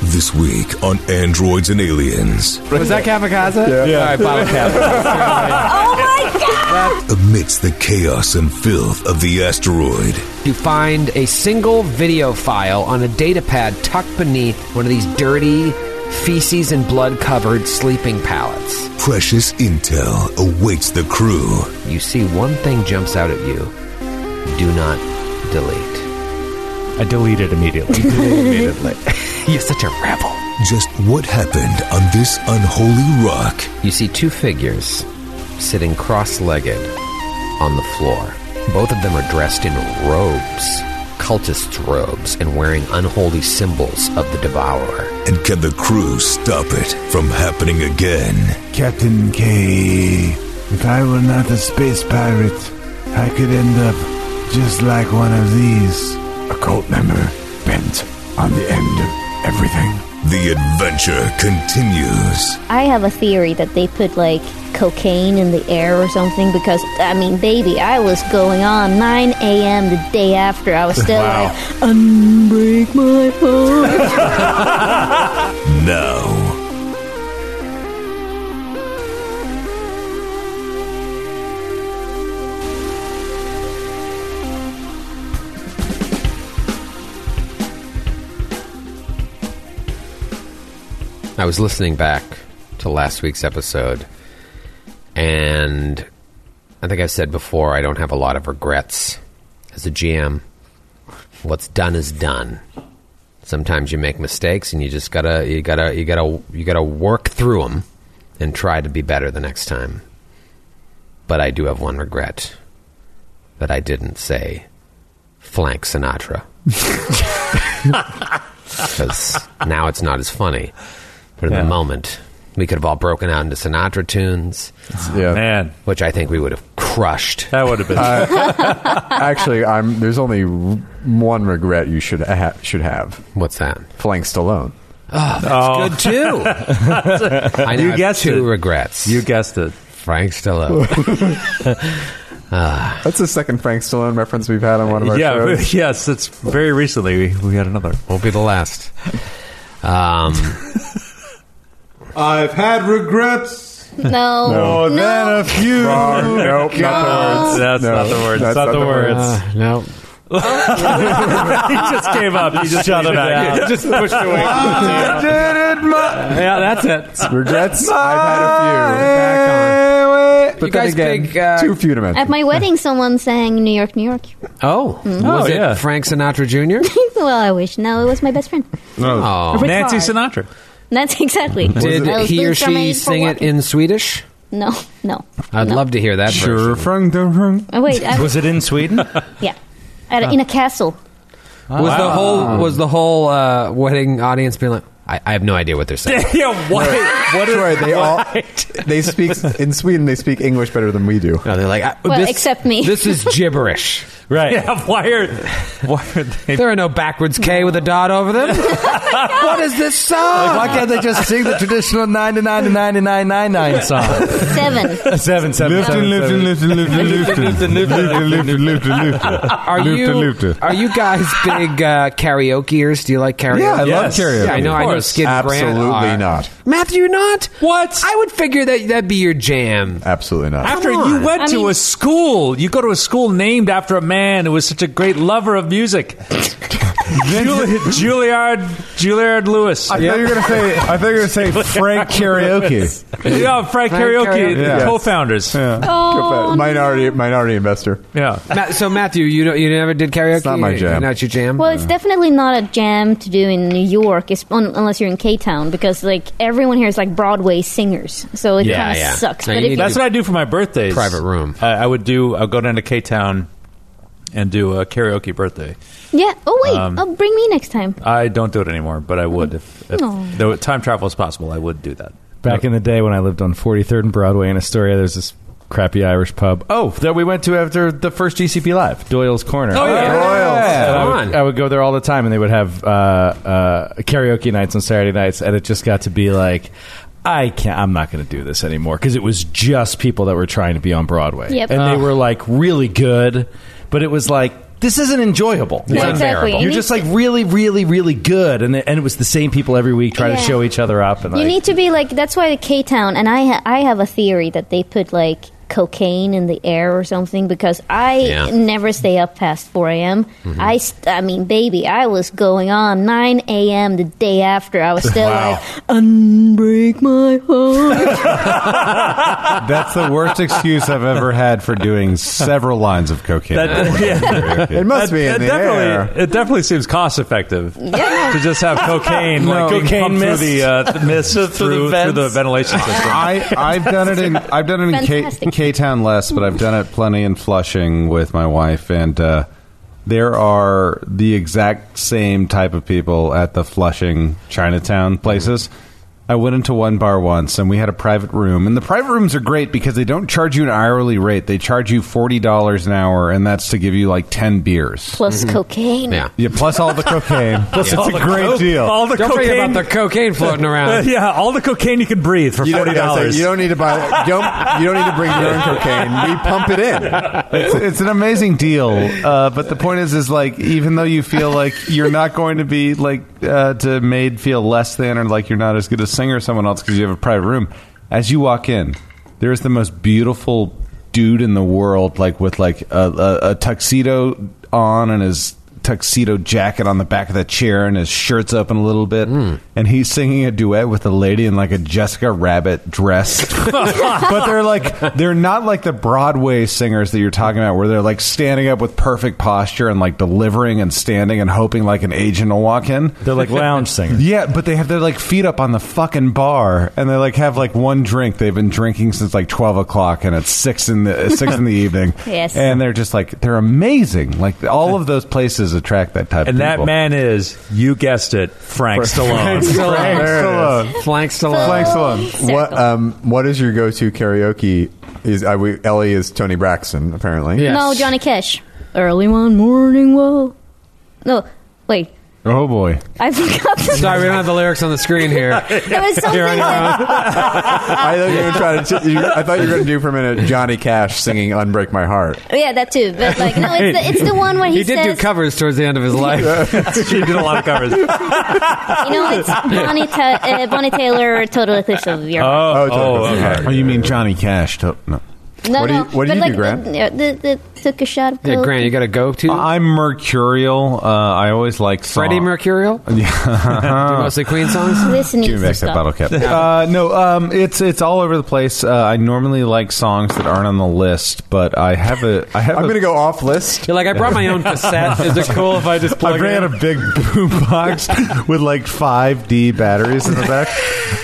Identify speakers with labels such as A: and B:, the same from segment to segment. A: This week on Androids and Aliens,
B: Was that Kamikaze?
C: Yeah.
B: All right, Bottle Cap.
D: Oh my god!
A: amidst the chaos and filth of the asteroid,
E: to find a single video file on a data pad tucked beneath one of these dirty, feces and blood covered sleeping pallets.
A: precious intel awaits the crew.
E: You see one thing jumps out at you do not delete.
B: I deleted immediately. immediately.
E: You're such a rebel.
A: Just what happened on this unholy rock?
E: You see two figures sitting cross legged on the floor. Both of them are dressed in robes, cultist robes, and wearing unholy symbols of the devourer.
A: And can the crew stop it from happening again?
C: Captain K, if I were not a space pirate, I could end up just like one of these. A cult member bent on the end of everything.
A: The adventure continues.
D: I have a theory that they put like cocaine in the air or something because I mean, baby, I was going on 9 a.m. the day after. I was still like, unbreak my heart.
A: Now,
E: I was listening back to last week's episode, and I think I've said before I don't have a lot of regrets as a GM. What's done is done. Sometimes you make mistakes, and you just gotta you gotta you gotta you gotta work through them and try to be better the next time. But I do have one regret that I didn't say flank Sinatra. Because now it's not as funny. But in
B: Yeah.
E: the moment, we could have all broken out into Sinatra tunes,
F: Yeah.
B: Man,
E: which I think we would have crushed.
B: that would have been.
F: Actually, I'm. There's only r- one regret you should ha- should have.
E: What's that?
F: Flank Stallone.
E: It's good too. I now
B: You
E: have
B: guessed
E: two
B: it.
E: regrets.
B: you guessed it.
E: Frank Stallone.
F: That's the second Frank Stallone reference we've had on one of our
B: Yeah,
F: shows.
B: yes. It's very recently we, we had another.
E: Won't be the last. Um,
C: I've had regrets.
D: No.
C: More
F: uh,
C: than a few.
F: nope, not the words.
B: That's
F: No,
B: not the words.
F: that's not
B: That's not, the
F: the
B: words.
E: Uh, no.
B: he just gave up. He just shut it out.
E: Just pushed away.
C: I did it my
B: yeah, that's it.
F: Regrets. I've had a few.
C: way.
F: But
E: Uh, You
F: then
E: guys
F: again,
E: big, uh,
F: too few to mention.
D: At my wedding, someone sang New York, New York.
E: Oh, was it
B: yeah.
E: Frank Sinatra Jr.?
D: well, I wish. No, it was my best friend.
E: Oh.
D: Rick
B: Nancy
D: Hard.
B: Sinatra.
D: That's exactly.
E: Did
D: I was
E: he or
D: doing
E: she
D: Charmaine for
E: sing it
D: walking.
E: in Swedish?
D: No, no.
E: I'd
D: no.
E: love to hear that version.
C: Frank the Frank.
D: Oh, wait, I,
G: Was it in Sweden?
D: yeah. At a, in a castle.
E: Was the whole was the whole uh, wedding audience being like, I, I have no idea what they're saying.
B: yeah, what? What is
F: Troy, they all they speak in Sweden. They speak English better than we do.
E: No, they're like, I,
D: Well,
E: this,
D: except me.
E: This is gibberish.
G: Right.
B: Yeah, why are, why are they?
E: There are no backwards K with a dot over them. what is this song?
C: Why can't they just sing the traditional 99 to 99 99 song?
D: Seven.
G: seven, seven,
C: Lifting,
G: seven,
C: lifting,
G: seven.
C: lifting, lifting, lifting, lifting, lifting, lifting, lifting, lifting.
E: are you are you guys big uh, karaokeers? Do you like karaoke?
F: Yeah, I
B: Yes.
F: love karaoke.
E: Yeah, I know. I know.
B: course.
E: Skid and Grant
F: Absolutely
E: are.
F: not.
E: Matthew, you're not.
B: What?
E: I would figure that that'd be your jam.
F: Absolutely not.
B: After
E: Come on.
B: you went
D: I
B: to
D: mean-
B: a school, you go to a school named after a man who was such a great lover of music. Juli- Juilliard, Juilliard Lewis.
C: I thought you were gonna say. I thought you were gonna say Frank karaoke.
B: yeah, Frank,
E: Karaoke.
B: Karaoke, the
F: Yes.
B: co-founders. Yeah.
D: Oh,
F: minority minority investor.
E: Ma- so Matthew, you don't, you never did karaoke. It's
F: not my jam.
E: Not your jam.
D: Well, it's definitely not a jam to do in New York, it's un- unless you're in K Town, because like everyone here is like Broadway singers, so it
E: Yeah,
D: kind of
E: yeah.
D: sucks.
E: No,
D: but
E: you
D: if
E: need
D: you,
B: That's what I do for my birthdays.
E: Private room.
B: I, I would do. I'll go down to K Town and do a karaoke birthday.
D: yeah, oh wait,
B: Um,
D: oh, bring me next time.
B: I don't do it anymore, but I would if, if
D: No.
B: though time travel is possible. I would do that.
G: Back in the day when I lived on 43rd and Broadway in Astoria, there's this crappy Irish pub. Oh, that we went to after the first GCP Live, Doyle's Corner.
B: Oh, yeah.
G: And I,
E: Come on.
G: would, I would go there all the time, and they would have uh, uh, karaoke nights on Saturday nights, and it just got to be like. I can't. I'm not going to do this anymore because it was just people that were trying to be on Broadway,
D: Yep.
G: and
D: Ah.
G: they were like really good, but it was like this isn't enjoyable.
E: Yeah,
G: Like,
E: exactly.
D: It
G: You're
D: needs
G: just like
D: to-
G: really, really, really good, and it, and it was the same people every week trying to
D: Yeah.
G: show each other up. And
D: You
G: like,
D: need to be like that's why the K Town and I ha- I have a theory that they put like cocaine in the air or something because I
E: Yeah. Mm-hmm.
D: never stay up past 4 a.m. I st- I mean baby I was going on 9 a.m. the day after I was still like unbreak my heart
H: That's the worst excuse I've ever had for doing several lines of cocaine.
F: It must be in
B: it
F: the
B: definitely,
F: air.
B: It definitely seems cost effective to just have cocaine, like being
G: Cocaine
B: pumped
G: mist.
B: through the uh, th- mist through, through, the
G: vents.
B: ventilation system.
H: I, I've done it in I've done it in
D: Fantastic.
H: K Town less, but I've done it plenty in Flushing with my wife, and uh, there are the exact same type of people at the Flushing Chinatown places. I went into one bar once, and we had a private room, and the private rooms are great because they don't charge you an hourly rate; they charge you forty dollars an hour, and that's to give you like ten beers.
D: plus cocaine
E: Mm-hmm. Yeah.
H: Yeah, plus all the cocaine. plus
F: It's a great deal.
B: All the
E: Don't forget
B: cocaine.
E: about the cocaine floating
B: uh,
E: around.
B: yeah, all the cocaine you can breathe for
F: You don't,
B: forty dollars.
F: you don't need to buy. Don't, you don't need to bring your own cocaine. We pump it in.
H: it's, it's an amazing deal. Uh, but the point is, is like even though you feel like you're not going to be like uh, to made feel less than or like you're not as good a singer as someone else because you have a private room. As you walk in, there is the most beautiful dude in the world, like with like a, a, a tuxedo on and his tuxedo jacket on the back of the chair and his shirt's open a little bit and he's singing a duet with a lady in like a Jessica Rabbit dress but they're like they're not like the Broadway singers that you're talking about where they're like standing up with perfect posture and like delivering and standing and hoping like an agent will walk in
G: they're like lounge singers.
H: yeah, but they have their like feet up on the fucking bar, and they like have like one drink. They've been drinking since like twelve o'clock, and it's six in the uh, six in the evening.
D: Yes.
H: and they're just like they're amazing. Like all of those places attract that type.
B: and
H: of
B: that
H: people.
B: man is, you guessed it, Frank Stallone.
F: Frank Stallone.
E: Flank Stallone.
F: Flank
D: Circle.
F: Stallone. What um what is your go to karaoke? Is I, we, Ellie is Tony Braxton apparently.
E: Yeah.
D: no
E: Yes.
D: Johnny Cash early one morning whoa no wait
H: Oh boy,
D: I forgot the-
E: Sorry, we don't have the lyrics on the screen here.
D: there was something
E: Here on
D: that-
E: your own.
F: I thought you were trying to. you- I thought you were going to do for a minute Johnny Cash singing "Unbreak My Heart."
D: yeah that too but like no it's the, it's the one where he,
E: He did do
D: says
E: covers towards the end of his life.
B: he did a lot of covers. Oh,
D: You know, it's Bonnie, Ta- uh, Bonnie Taylor, Total Eclipse of Your Heart.
F: Oh, totally.
B: okay.
H: oh, you mean Johnny Cash? To, no,
D: no,
F: what do
D: no,
F: you-
D: but
F: what do you do,
D: like,
F: Grant?
D: The, the, the, took a shot of
E: Yeah,
D: coke.
E: Grant, you got to go to
H: I'm mercurial. Uh, I always like song-
E: Freddie Mercurial. Do mostly Queen songs.
D: This needs
F: Give me back
D: to
F: that bottle
D: stop.
F: cap.
H: Uh, no, um, it's it's all over the place. Uh, I normally like songs that aren't on the list, but I have a I have
F: I'm
H: a-
F: going to go off list.
E: You're like, I brought my own cassette. Is it cool if I just plug
H: I ran
E: it?
H: a big boom box with like five D batteries in the back.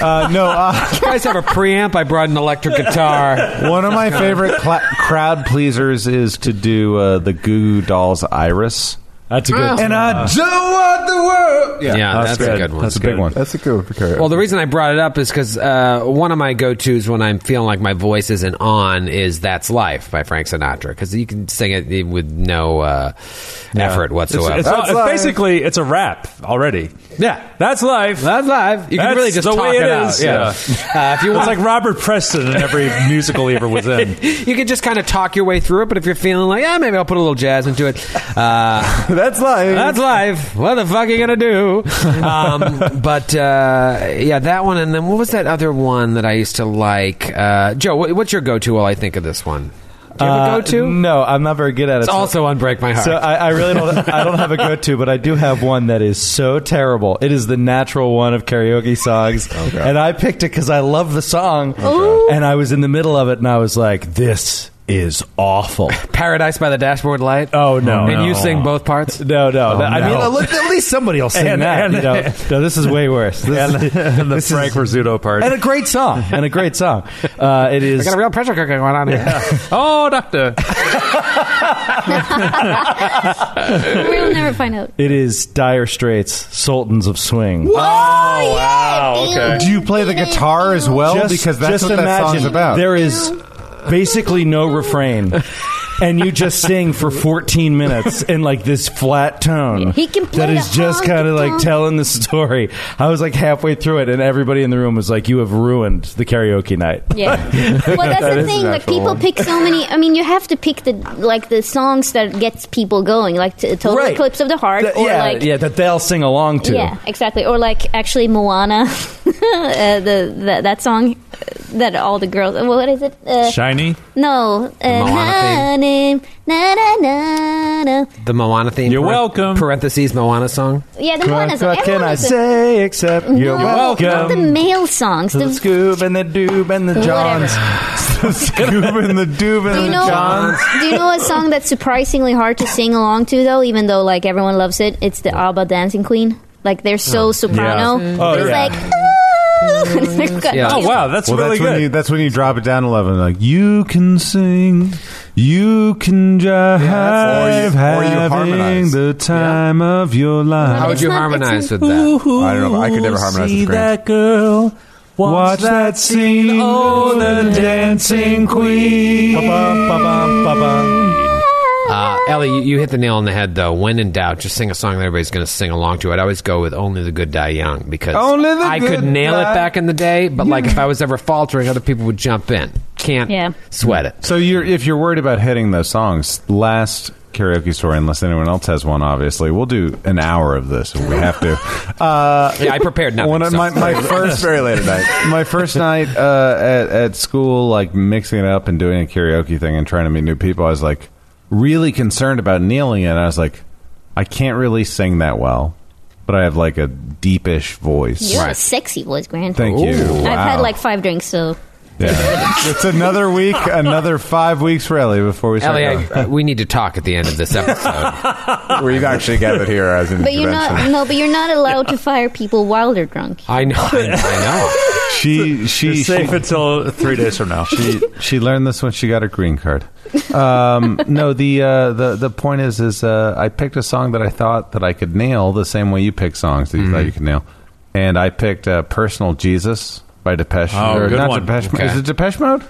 H: Uh, no, uh,
E: You guys have a preamp. I brought an electric guitar.
H: one of my favorite cla crowd pleasers is to do uh, the Goo Goo Dolls "Iris,"
G: That's a good.
H: and I don't want the world.
E: Yeah,
B: that's
E: that's, a
B: good.
E: good one.
H: That's a big one.
F: That's a good karaoke.
E: Well, the reason I brought it up is because uh, one of my go-tos when I'm feeling like my voice isn't on is "That's Life" by Frank Sinatra because you can sing it with no uh, effort
B: It's,
E: whatsoever.
B: it's all- it's basically, it's a rap already.
E: yeah,
B: That's life.
E: that's live. You
B: That's
E: can really just
B: the
E: talk
B: way it
E: out.
B: is,
E: Yeah. uh, if you
B: It's
E: want,
B: like Robert Preston in every musical he ever was in.
E: you can just kind of talk your way through it. But if you're feeling like, yeah, maybe I'll put a little jazz into it. Uh,
F: that's live.
E: That's life. What the fuck are you gonna do? Um, but uh, yeah, that one, and then what was that other one that I used to like? Uh, Joe, what, what's your go-to while I think of this one? Do you have
G: Uh,
E: a go-to?
G: No, I'm not very good at it.
E: It's
G: so-
E: also on Break My Heart.
G: So I, I really don't. I don't have a go-to, but I do have one that is so terrible. It is the natural one of karaoke songs, and I picked it because I love the song. And I was in the middle of it, and I was like, "This is awful."
E: Paradise by the Dashboard Light.
G: Oh, no.
E: And you
G: No.
E: sing both parts.
G: No, no. I mean,
B: no.
G: at least- at least somebody will sing
B: And-
G: that.
B: and-
G: you know? No, this is way worse. This is-
B: And the Frank Rizzuto part.
G: and a great song. And a great song. Uh, it is.
E: I got a real pressure cooker going on here.
B: oh, doctor.
D: We'll never find out.
G: It is Dire Straits, Sultans of Swing.
D: Oh, wow.
H: Do you play the guitar as well?
G: Just-
H: Oh, because that's
G: just
H: what that
G: imagine
H: song's about.
G: There is basically no refrain. and you just sing for 14 minutes in like this flat tone.
D: He can play
G: that is
D: the
G: just kind of like
D: honky-tonk.
G: telling the story. I was like halfway through it, and everybody in the room was like, "You have ruined the karaoke night."
D: Yeah. Well, that's
F: That
D: the
F: is
D: thing.
F: an
D: Like
F: actual
D: people
F: one.
D: pick so many. I mean, you have to pick the like the songs that gets people going, like t- "Total
G: Right.
D: Eclipse of the Heart"
G: That-
D: or
G: yeah,
D: like
G: yeah, that they'll sing along to.
D: Yeah, exactly. Or like actually Moana, uh, the, the that song that all the girls. What is it? Uh,
B: Shiny.
D: no, uh,
E: Moana
D: na, na, na, na, na.
E: The Moana theme.
B: You're
E: par-
B: welcome.
E: Parentheses Moana song.
D: Yeah, the
G: What,
D: Moana song.
G: what can
D: Everyone Mm-hmm.
G: I
D: knows it.
G: say except you're
D: No, Not the
G: welcome?
D: male songs.
G: to the
D: The,
G: Scoob and the Doob and the
D: Whatever.
G: Johns.
H: Scoob and the doob
D: do
H: and
D: you
H: the
D: know?
H: johns.
D: do you know a song that's surprisingly hard to sing along to though? Even though like everyone loves it, it's the ABBA Dancing Queen. Like they're so soprano.
G: Oh,
D: it's
G: yeah. Mm.
D: like. "Ooh," and they've got-
E: Yeah.
B: Oh wow, that's
H: well,
B: really
H: that's when
B: good.
H: you that's when you drop it down eleven. Like you can sing, you can jive,
F: that's- or you- or you
H: having
F: harmonize.
H: the time of your life.
E: How would
D: it's
E: you
D: not-
E: harmonize
D: it's-
E: with that?
F: I don't know. I could never harmonize
B: See
F: with Graham.
B: that girl. Watch,
H: Watch that scene, oh, the dancing queen.
E: Uh, Ellie, you, you hit the nail on the head, though. When in doubt, just sing a song that everybody's going to sing along to. I'd always go with "Only the Good Die Young" because
H: Only the
E: I
H: good
E: could nail
H: die-
E: it back in the day. But like, if I was ever faltering, other people would jump in. Can't
D: Yeah.
E: sweat it.
H: So you're if you're worried about hitting those songs, last karaoke story, unless anyone else has one, obviously, we'll do an hour of this if we have to. Uh,
E: Yeah, I prepared nothing.
H: one of
E: so-
H: my, my
F: It's
H: first
F: very late at night.
H: my first night uh, at, at school, like mixing it up and doing a karaoke thing and trying to meet new people, I was like really concerned about kneeling. And I was like, I can't really sing that well, but I have like a deepish voice.
D: You're a
E: Right.
D: sexy voice, Grant.
H: Thank you.
E: Ooh.
D: I've had
H: Wow.
D: like five drinks, so
H: Yeah. it's another week, another five weeks for Ellie before we start.
E: Ellie,
H: going.
E: I, uh, we need to talk at the end of this episode.
F: Where you actually gathered here as an
D: But you're
F: intervention.
D: not no, but you're not allowed to fire people while they're drunk.
E: I know. I
H: she she
B: It's
H: she,
B: safe until three days from now.
H: she she learned this when she got her green card. Um, no, the uh, the the point is is uh, I picked a song that I thought that I could nail the same way you pick songs that you
E: Mm-hmm.
H: thought you could nail, and I picked uh, "Personal Jesus" by Depeche.
B: Oh,
H: or
B: good
H: not
B: one.
H: Depeche. Mode.
E: Okay.
H: Is it Depeche Mode?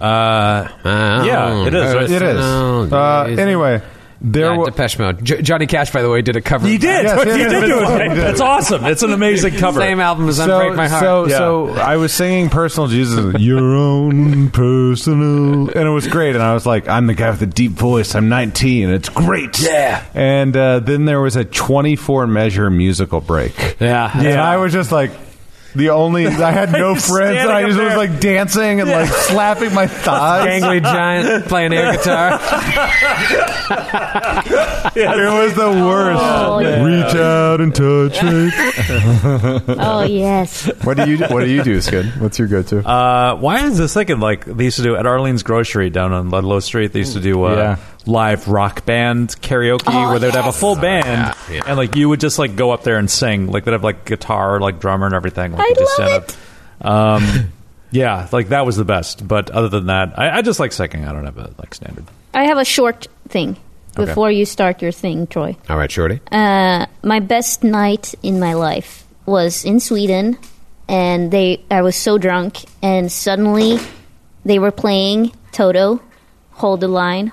B: Uh,
E: know.
B: Yeah, it is, right?
H: It is.
E: Personal
H: Uh,
E: Jesus.
H: anyway, there
E: yeah,
H: wa-
E: Depeche Mode. J- Johnny Cash, by the way, did a cover.
B: you
E: of that.
B: did.
H: Yes,
B: you
H: yes,
B: did
H: yes,
B: do
H: yes,
B: it.
H: yes.
B: That's awesome. It's an amazing cover.
E: Same album as
H: so,
E: "Unbreak My Heart."
H: So,
B: Yeah.
H: so I was singing personal Jesus, your own personal, and it was great. And I was like, I'm the guy with the deep voice. I'm 19. It's great.
B: Yeah.
H: And uh, then there was a 24 measure musical break.
E: yeah,
H: And I was just like. The only I had no
B: Just
H: friends. And I
B: standing
H: just
B: up
H: was
B: there.
H: like dancing and like slapping my thighs.
E: gangly giant playing air guitar.
H: It was the worst.
D: Oh, yeah.
H: Reach out and touch me.
D: Oh yes.
F: What do you What do you do, Skid? What's your go-to?
B: Uh, why is this thinking like they used to do at Arlene's Grocery down on Ludlow Street? They used to do uh,
G: Yeah.
B: live rock band karaoke where they'd have a full band
E: Oh, yeah.
B: and like you would just like go up there and sing. Like they'd have like guitar, like drummer and everything. Like,
D: I
B: you just
D: love
B: stand up. Um, yeah, like that was the best. But other than that, I, I just like singing. I don't have a like standard.
D: I have a short thing
B: Okay.
D: before you start your thing, Troy.
E: All right, Shorty.
D: Uh, my best night in my life was in Sweden, and they I was so drunk, and suddenly they were playing Toto, Hold the Line,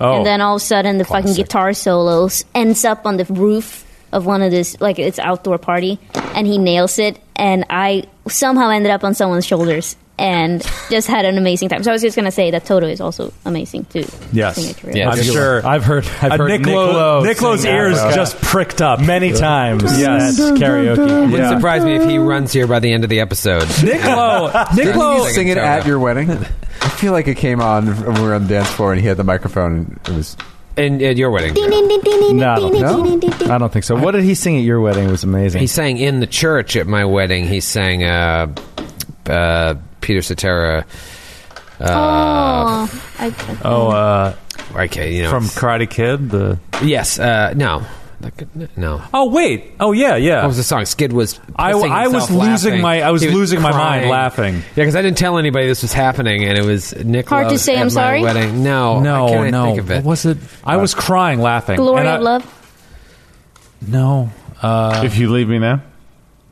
B: Oh,
D: and then all of a sudden the fucking guitar solos ends up on the roof of one of this like it's outdoor party and he nails it and i somehow ended up on someone's shoulders and just had an amazing time so i was just going to say that toto is also amazing too
B: yes,
D: Sing it through.
E: Yes.
B: I'm
E: That's a good
B: sure.
G: I've heard. I've
B: Uh,
G: heard
B: Nick
G: Nick
B: Lowe-
G: Lowe
B: Nick Lowe's
G: sing that
B: ears
G: one.
B: just pricked up.
G: many times.
B: Yes.
G: at karaoke.
E: Wouldn't
B: Yeah.
E: surprise me if he runs here by the end of the episode.
B: Nick Lowe, Nick
E: Didn't
B: Lowe,
E: you
F: Sing it
E: Terrible.
F: at your wedding. I feel like it came on when we were on the dance floor and he had the microphone and it was
E: And at your wedding.
G: No,
F: no.
G: I don't think so. What did he sing at your wedding? It was amazing.
E: He sang in the church at my wedding. He sang uh, uh, Peter Cetera.
D: oh, I,
B: Oh, uh,
E: Okay, you know.
B: from Karate Kid. The
E: yes, uh, no, Like, no.
B: oh wait, oh yeah, yeah.
E: What was the song? Skid was.
B: I-
E: pissing
B: I was
E: himself
B: losing
E: laughing.
B: my- I was
E: He
B: losing my mind
E: crying.
B: laughing.
E: Yeah, because I didn't tell anybody this was happening, and it was Nick.
D: Hard to
E: Lowe's
D: say,
E: at
D: I'm
E: my
D: sorry?
E: Wedding. No, I
B: No,
E: can't
B: no.
E: Think of it.
B: What was it? I was crying laughing.
D: glory
B: And I- Uh,
D: of love
B: No,
H: If you leave me now,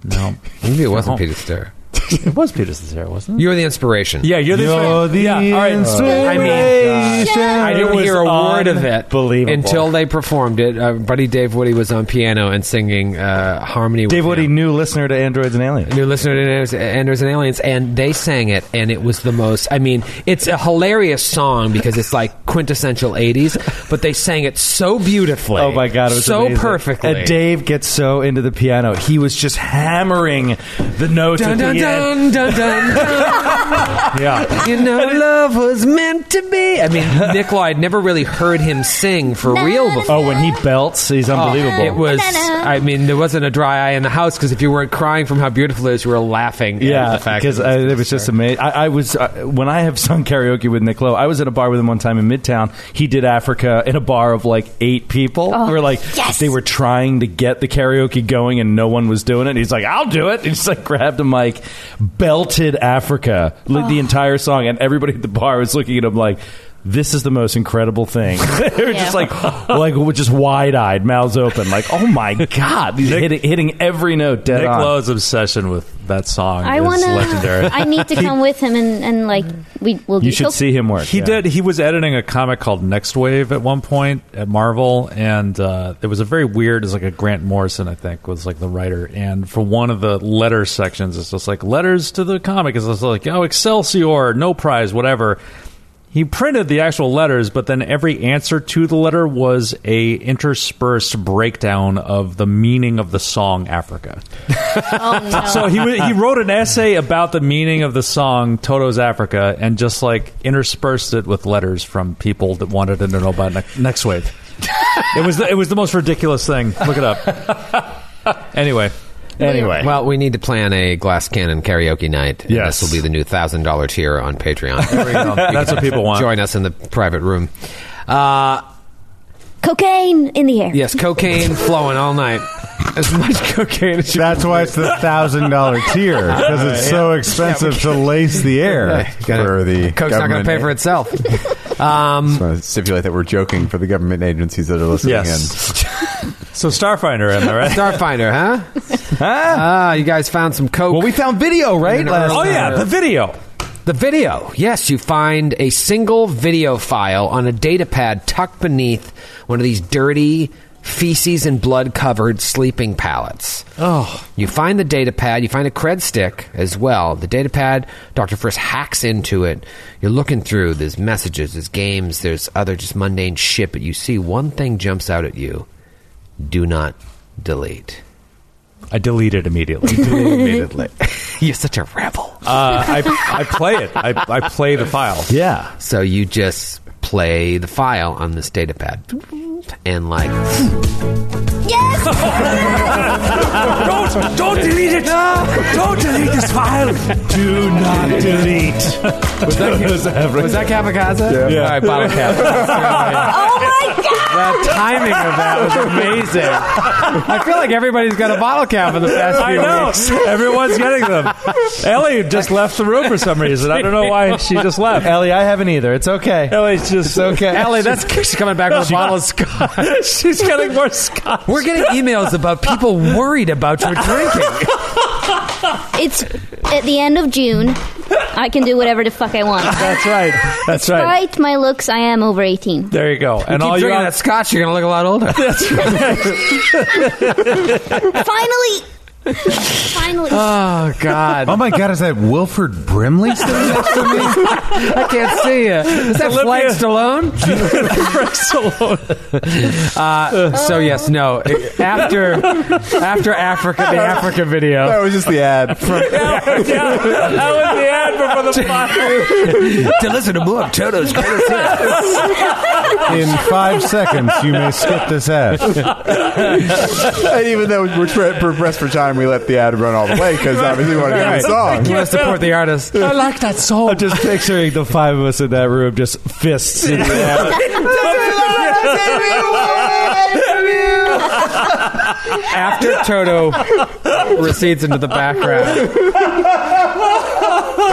B: no.
E: Maybe it wasn't
B: No.
E: Peter Cetera.
G: it was Peter Cetera, wasn't it?
E: You're the inspiration.
B: Yeah, you're the,
G: You're the
B: yeah, all right. I mean,
G: inspiration.
E: I didn't
G: It was
E: hear a word of it
G: unbelievable.
E: until they performed it. Uh, buddy Dave Woody was on piano and singing uh, harmony.
G: Dave
E: with
G: Woody,
E: him.
G: new listener to Androids and Aliens.
E: new listener to Anders- Anders and Aliens, and they sang it, and it was the most. I mean, it's a hilarious song because it's like quintessential '80s, but they sang it so beautifully.
G: Oh my god, it was
E: so
G: amazing.
E: perfectly.
G: And Dave gets so into the piano, he was just hammering the notes
E: Dun,
G: at
E: dun,
G: the end.
E: dun, dun, dun, dun.
G: Yeah.
E: You know, love was meant to be. I mean, Nick Lloyd never really heard him sing for real before.
G: Oh, when he belts, he's unbelievable.
E: Oh, It was.
D: Banana.
E: I mean, there wasn't a dry eye in the house because if you weren't crying from how beautiful it is, you were laughing.
G: Yeah,
E: at the fact
G: because
E: that
G: it was just amazing. I, I was uh, when I have sung karaoke with Nick Lowe. I was at a bar with him one time in Midtown. He did Africa in a bar of like eight people.
D: Oh,
G: we were like,
D: yes.
G: they were trying to get the karaoke going, and no one was doing it. And he's like, I'll do it. And he's like, grabbed a mic, belted Africa like, the entire song, and everybody at the bar was looking at him like. This is the most incredible thing. they were
D: Yeah.
G: just like, like we're just wide eyed, mouths open, like, oh my god, he's hitting, hitting every note dead
B: Nick
G: on.
B: Lowe's obsession with that song
D: I
B: is
D: want
B: legendary.
D: to. I need to come with him and, and like we will.
G: You should see him work.
B: He
G: yeah.
B: did. He was editing a comic called Next Wave at one point at Marvel, and uh, it was a very weird. It's like a Grant Morrison, I think, was like the writer. And for one of the letter sections, it's just like letters to the comic. It's just like oh Excelsior, no prize, whatever. He printed the actual letters, but then every answer to the letter was a interspersed breakdown of the meaning of the song Africa.
D: Oh, no.
B: So he w- he wrote an essay about the meaning of the song Toto's Africa and just like interspersed it with letters from people that wanted to know about ne- next wave. it was the, it was the most ridiculous thing. Look it up. anyway,
G: anyway.
E: Well, we need to plan a glass cannon karaoke night. and
B: Yes.
E: this will be the new thousand dollar tier on Patreon.
B: that's what people want.
E: Join us in the private room. Uh,
D: cocaine in the air.
E: yes, cocaine flowing all night. As much cocaine as you.
H: That's why it's the thousand dollar tier because it's so expensive to lace the air.
F: Gotta- for the
E: Coke's not going
F: government-
E: to pay for itself.
F: Just wanna stipulate that we're joking for the government agencies that are listening
B: Yes. So Starfinder, am I right?
E: Starfinder, huh? Ah, you guys found some coke.
G: Well, we found video, right?
E: No,
G: Last
E: no,
B: oh yeah, the video.
E: The video. Yes, you find a single video file on a data pad tucked beneath one of these dirty, feces and blood covered sleeping pallets. Oh. You find the data pad, you find a cred stick as well. The data pad, Dr. Frisk hacks into it. You're looking through, there's messages, there's games, there's other just mundane shit, but you see one thing jumps out at you. Do not delete.
B: I deleted immediately.
F: in immediately.
E: You're such a rebel.
B: Uh, I I play it. I, I play the file.
G: Yeah.
E: So you just play the file on this data pad. And like
D: Yes.
B: Don't don't delete it. Don't delete this file.
G: Do not delete.
E: was that, was that Kamikaze? Yeah, All right, bottle cap.
D: oh my god.
E: the timing of that was amazing. I feel like everybody's got a bottle cap in the past
B: I
E: few
B: know.
E: weeks.
B: Everyone's getting them. Ellie just left the room for some reason. I don't know why she just left.
G: Ellie, I haven't either. It's okay.
B: Ellie's just
G: okay.
E: Ellie, that's she's coming back with a bottle of scotch.
B: She's getting more scotch.
E: We're getting emails about people worried about your drinking.
D: It's at the end of June. I can do whatever the fuck I want.
B: That's right. That's right.
D: Despite my looks, I am over eighteen.
B: There you go. And
E: Keep
B: all you
E: drinking
B: are,
E: that scotch, you're gonna look a lot older.
D: Finally. Finally.
E: Oh God,
H: Oh my god, is that Wilford Brimley still next to me?
E: I can't see you. Is that Flag
B: Olivia-
E: Stallone? Uh, so yes, no. After after Africa, the Africa video.
F: That was just the ad.
B: yeah, that was the ad before the fire.
E: to listen to more of Toto's greatest hits.
H: In five seconds, you may skip this ad.
F: and even though we're tra- we're pressed for time, we let the ad run all the way because obviously we want to hear the song.
E: You want to support the artist. I like that song.
G: I'm just picturing the five of us in that room just fists. in the air.
E: After Toto recedes into the background,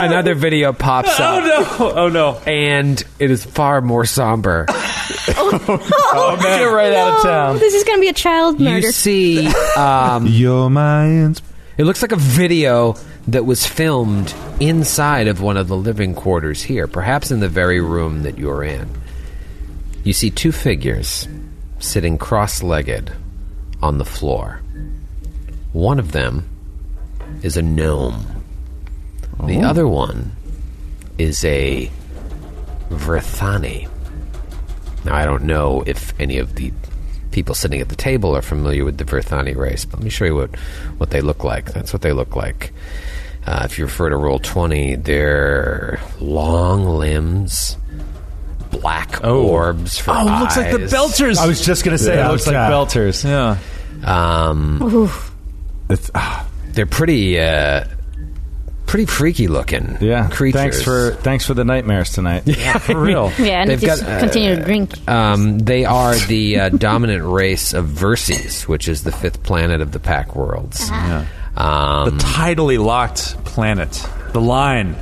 E: another video pops up,
B: Oh no! Oh no!
E: and it is far more somber.
G: Get right out of town.
D: This is gonna be a child
E: You
D: murder.
E: see, um,
H: You're my inspiration.
E: It looks like a video that was filmed inside of one of the living quarters here, perhaps in the very room that you're in. You see two figures sitting cross legged on the floor. One of them is a gnome, the
B: Oh.
E: other one is a Vrithani. Now, I don't know if any of the people sitting at the table are familiar with the Virthani race, but let me show you what, what they look like. That's what they look like. Uh, if you refer to Roll 20, they're long limbs, black orbs for
B: Oh, it looks like the
E: eyes.
B: Belchers.
G: I was just gonna say it looks like Belters.
B: yeah.
H: It's, ah,
E: They're pretty, uh, pretty freaky looking
G: Yeah,
E: creatures.
G: Thanks for thanks for the nightmares tonight.
B: yeah, for real.
D: Yeah, and
E: They've
D: just
E: got, uh,
D: continue to drink.
E: Um, they are the uh, dominant race of Verses, which is the fifth planet of the Pack Worlds.
B: the tidally locked planet. The line.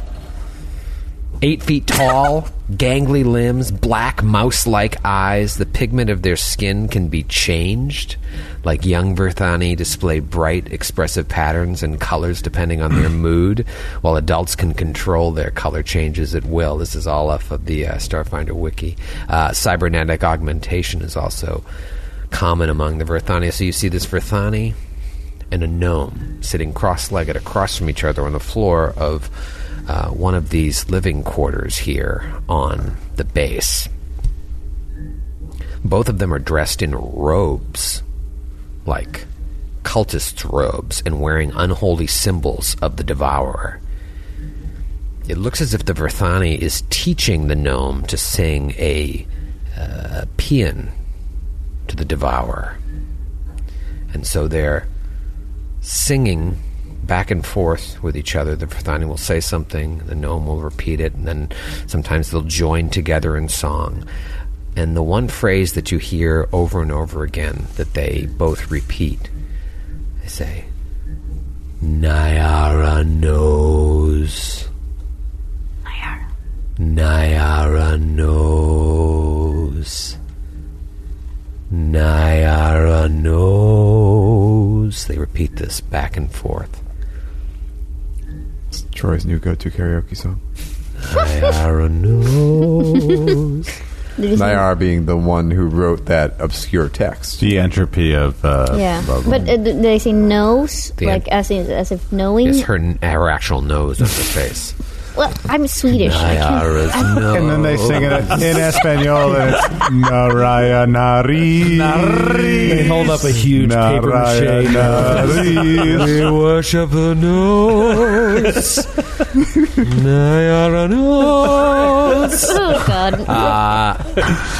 E: Eight feet tall, gangly limbs, black mouse like eyes. The pigment of their skin can be changed. Like young Verthani display bright, expressive patterns and colors depending on their mood, while adults can control their color changes at will. This is all off of the uh, Starfinder Wiki. Uh, cybernetic augmentation is also common among the Verthani. So you see this Verthani and a gnome sitting cross legged across from each other on the floor of uh, one of these living quarters here on the base. Both of them are dressed in robes, like cultists' robes, and wearing unholy symbols of the devourer. It looks as if the Verthani is teaching the gnome to sing a uh, paean to the devourer. And so they're singing back and forth with each other. The Frithani will say something, the gnome will repeat it, and then sometimes they'll join together in song. And the one phrase that you hear over and over again that they both repeat, they say, Nyara knows. Nyara. Nyara knows. Nyara knows. They repeat this back and forth.
F: It's Troy's new go-to karaoke song.
E: Nyara knows.
F: Nayar being the one who wrote that obscure text.
H: the entropy of uh,
D: yeah,
H: blah, blah,
D: but uh, do they say nose,
E: The
D: like
E: end.
D: as in, as if knowing.
E: It's her, her actual nose on her face.
D: Well, I'm Swedish. I can't.
E: Nyara's nose.
H: And then they sing it in Espanol, and it's Naraya Nari.
G: They hold up a huge paper mache.
H: Nari.
E: worship the nose. Nyara knows.
D: Oh God!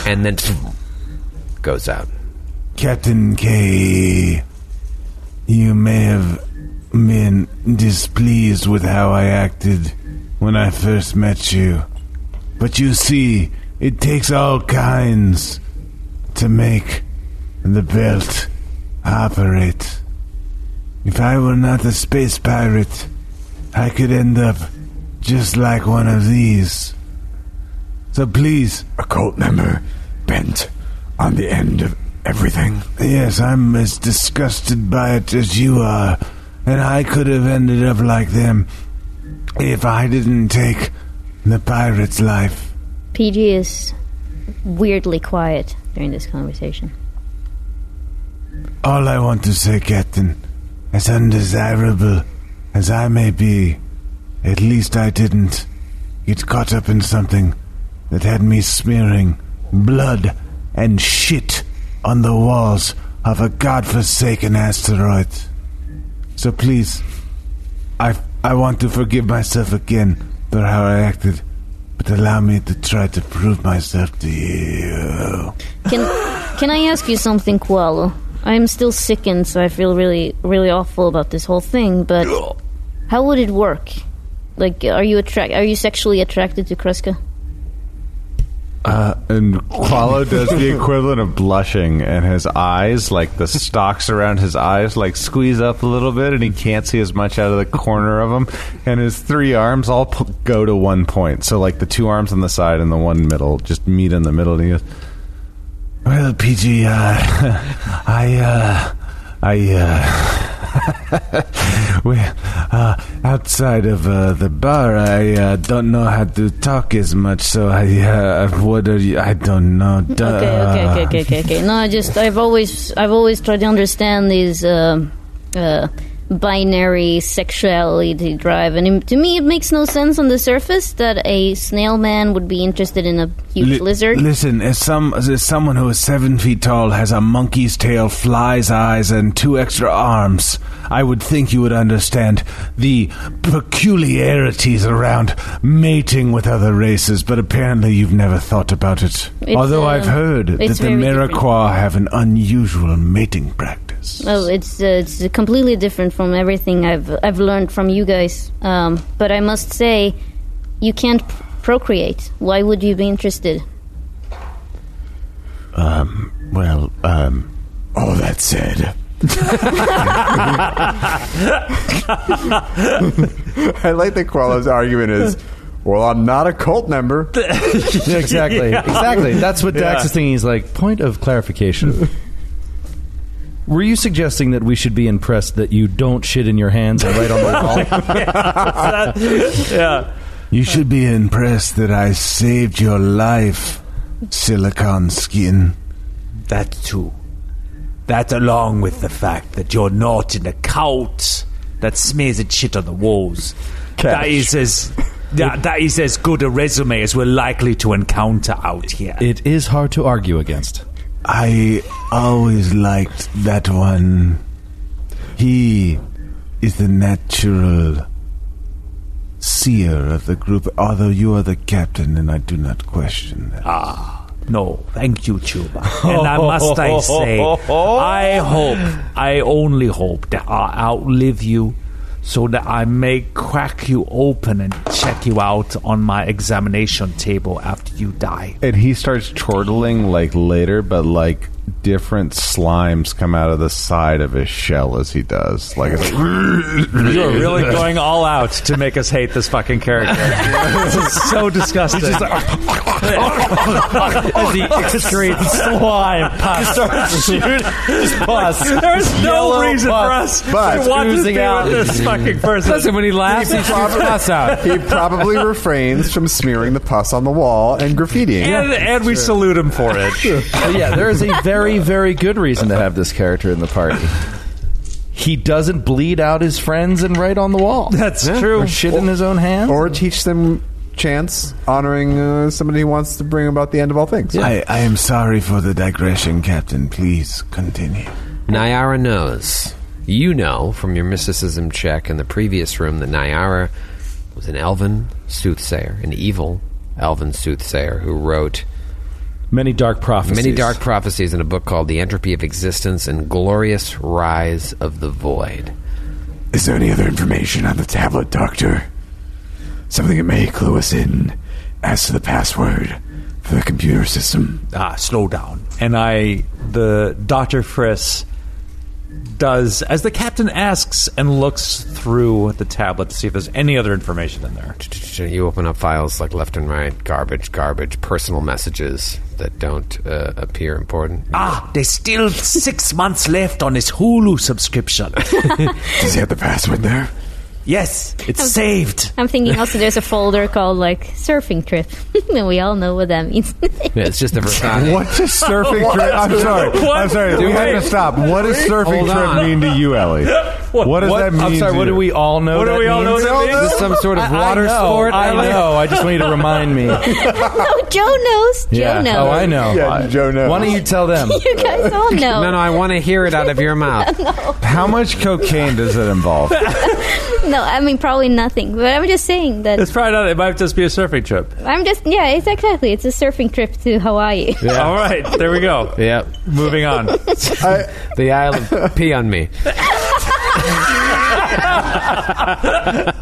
E: And then goes out.
C: Captain K, you may have been displeased with how I acted when I first met you. But you see, it takes all kinds to make the belt operate. If I were not a space pirate, I could end up just like one of these. So please,
F: A cult member bent on the end of everything.
C: Yes, I'm as disgusted by it as you are, and I could have ended up like them if I didn't take the pirate's life.
D: PG is weirdly quiet during this conversation.
C: All I want to say, Captain, as undesirable as I may be, at least I didn't get caught up in something that had me smearing blood and shit on the walls of a godforsaken asteroid. So please, I, I want to forgive myself again for how I acted, but allow me to try to prove myself to you.
D: Can Can I ask you something, Koala? I'm still sickened, so I feel really, really awful about this whole thing. But how would it work? Like, are you attract? Are you sexually attracted to Kreska?
H: And Qualo does the equivalent of blushing, and his eyes, like the stalks around his eyes, like squeeze up a little bit, and he can't see as much out of the corner of him. And his three arms all p- go to one point. So, like the two arms on the side and the one middle just meet in the middle, and he goes,
C: Well, PG, uh, I uh, I, uh, well, uh, outside of uh, the bar, I uh, don't know how to talk as much, so I, uh, what are you, I don't know. Duh.
D: Okay, okay, okay, okay, okay, okay. No, I just I've always I've always tried to understand these uh, uh, binary sexuality drive, and it- to me it makes no sense on the surface that a snail man would be interested in a huge
C: Li-
D: lizard.
C: Listen, if some if someone who is seven feet tall has a monkey's tail, fly's eyes, and two extra arms, I would think you would understand the peculiarities around mating with other races. But apparently, you've never thought about it.
D: It's,
C: Although I've
D: um,
C: heard that
D: it's
C: the
D: very different.
C: Miraquois have an unusual mating practice.
D: Oh, it's uh, it's completely different from everything I've I've learned from you guys. Um, but I must say, you can't p- procreate. Why would you be interested?
C: Well, um, all that said,
F: I like that Quello's argument is, well, I'm not a cult member.
G: Yeah, exactly. Exactly. That's what Dax is thinking. He's like, point of clarification. Were you suggesting that we should be impressed that you don't shit in your hands and write on the wall?
B: yeah.
C: you should be impressed that I saved your life, silicon skin.
I: That too. That along with the fact that you're not in a cult that smears its shit on the walls. That is as that, that is as good a resume as we're likely to encounter out here.
G: it is hard to argue against.
C: I always liked that one. He is the natural seer of the group, although you are the captain, and I do not question that.
I: No, thank you, Chuba. And I must I say, I hope, I only hope that I outlive you so that I may crack you open and check you out on my examination table after you die.
H: And he starts chortling like later, but like different slimes come out of the side of his shell as he does. Like it's
B: You're really going all out to make us hate this fucking character. this is so disgusting.
G: As he excretes slime, starts shooting his pus.
B: There's no
G: Yellow
B: reason
G: pus.
B: for us
F: But-
B: to want to
G: Oozing
B: be
G: out.
B: with this fucking person.
E: Listen, when he laughs, he shoots pus out.
F: He probably refrains from smearing the pus on the wall and graffitiing.
B: and, and we salute him for it.
G: But yeah, there is a very, very good reason to have this character in the party. He doesn't bleed out his friends and write on the wall.
B: That's true.
G: Or shit in his own hand.
F: Or teach them chants, honoring uh, somebody who wants to bring about the end of all things.
C: I, I am sorry for the digression, Captain. Please continue.
E: Nyara knows. You know from your mysticism check in the previous room that Nyara was an elven soothsayer, an evil elven soothsayer who wrote
G: Many dark prophecies.
E: many dark prophecies in a book called The Entropy of Existence and Glorious Rise of the Void.
C: Is there any other information on the tablet, Doctor? Something that may clue us in as to the password for the computer system.
B: ah, slow down. And I, the Dr. Friss does, as the captain asks, and looks through the tablet to see if there's any other information in there.
E: You open up files like left and right, garbage, garbage, personal messages that don't uh, appear important.
I: Ah, there's still six months left on his Hulu subscription.
C: Does he have the password there?
I: Yes, it's saved.
D: I'm thinking also there's a folder called like surfing trip, and we all know what that means.
E: Yeah, it's just the Versace.
H: what does surfing trip? I'm sorry. I'm sorry. we have to stop. What does surfing
E: Hold
H: trip
E: on.
H: mean to you, Ellie? What, does that mean?
G: I'm sorry,
H: to
G: what
H: you?
G: do we all know?
B: What do
G: that
B: we all know
G: means?
B: that means?
E: Is this some sort of water
G: I know,
E: sport?
G: I know. I just want you to remind me.
D: no, Joe knows. Joe knows.
G: Oh, I know.
F: Yeah, Joe knows.
G: Why don't you tell them?
D: You guys all know.
E: No, no, I want to hear it out of your mouth.
H: How much cocaine does it involve?
D: No, I mean probably nothing. But I'm just saying that
B: It's probably not. It might just be a surfing trip.
D: I'm just yeah, it's exactly. It's a surfing trip to Hawaii.
B: All right, there we go.
E: yep.
B: Moving on.
E: The Isle of Pee on Me.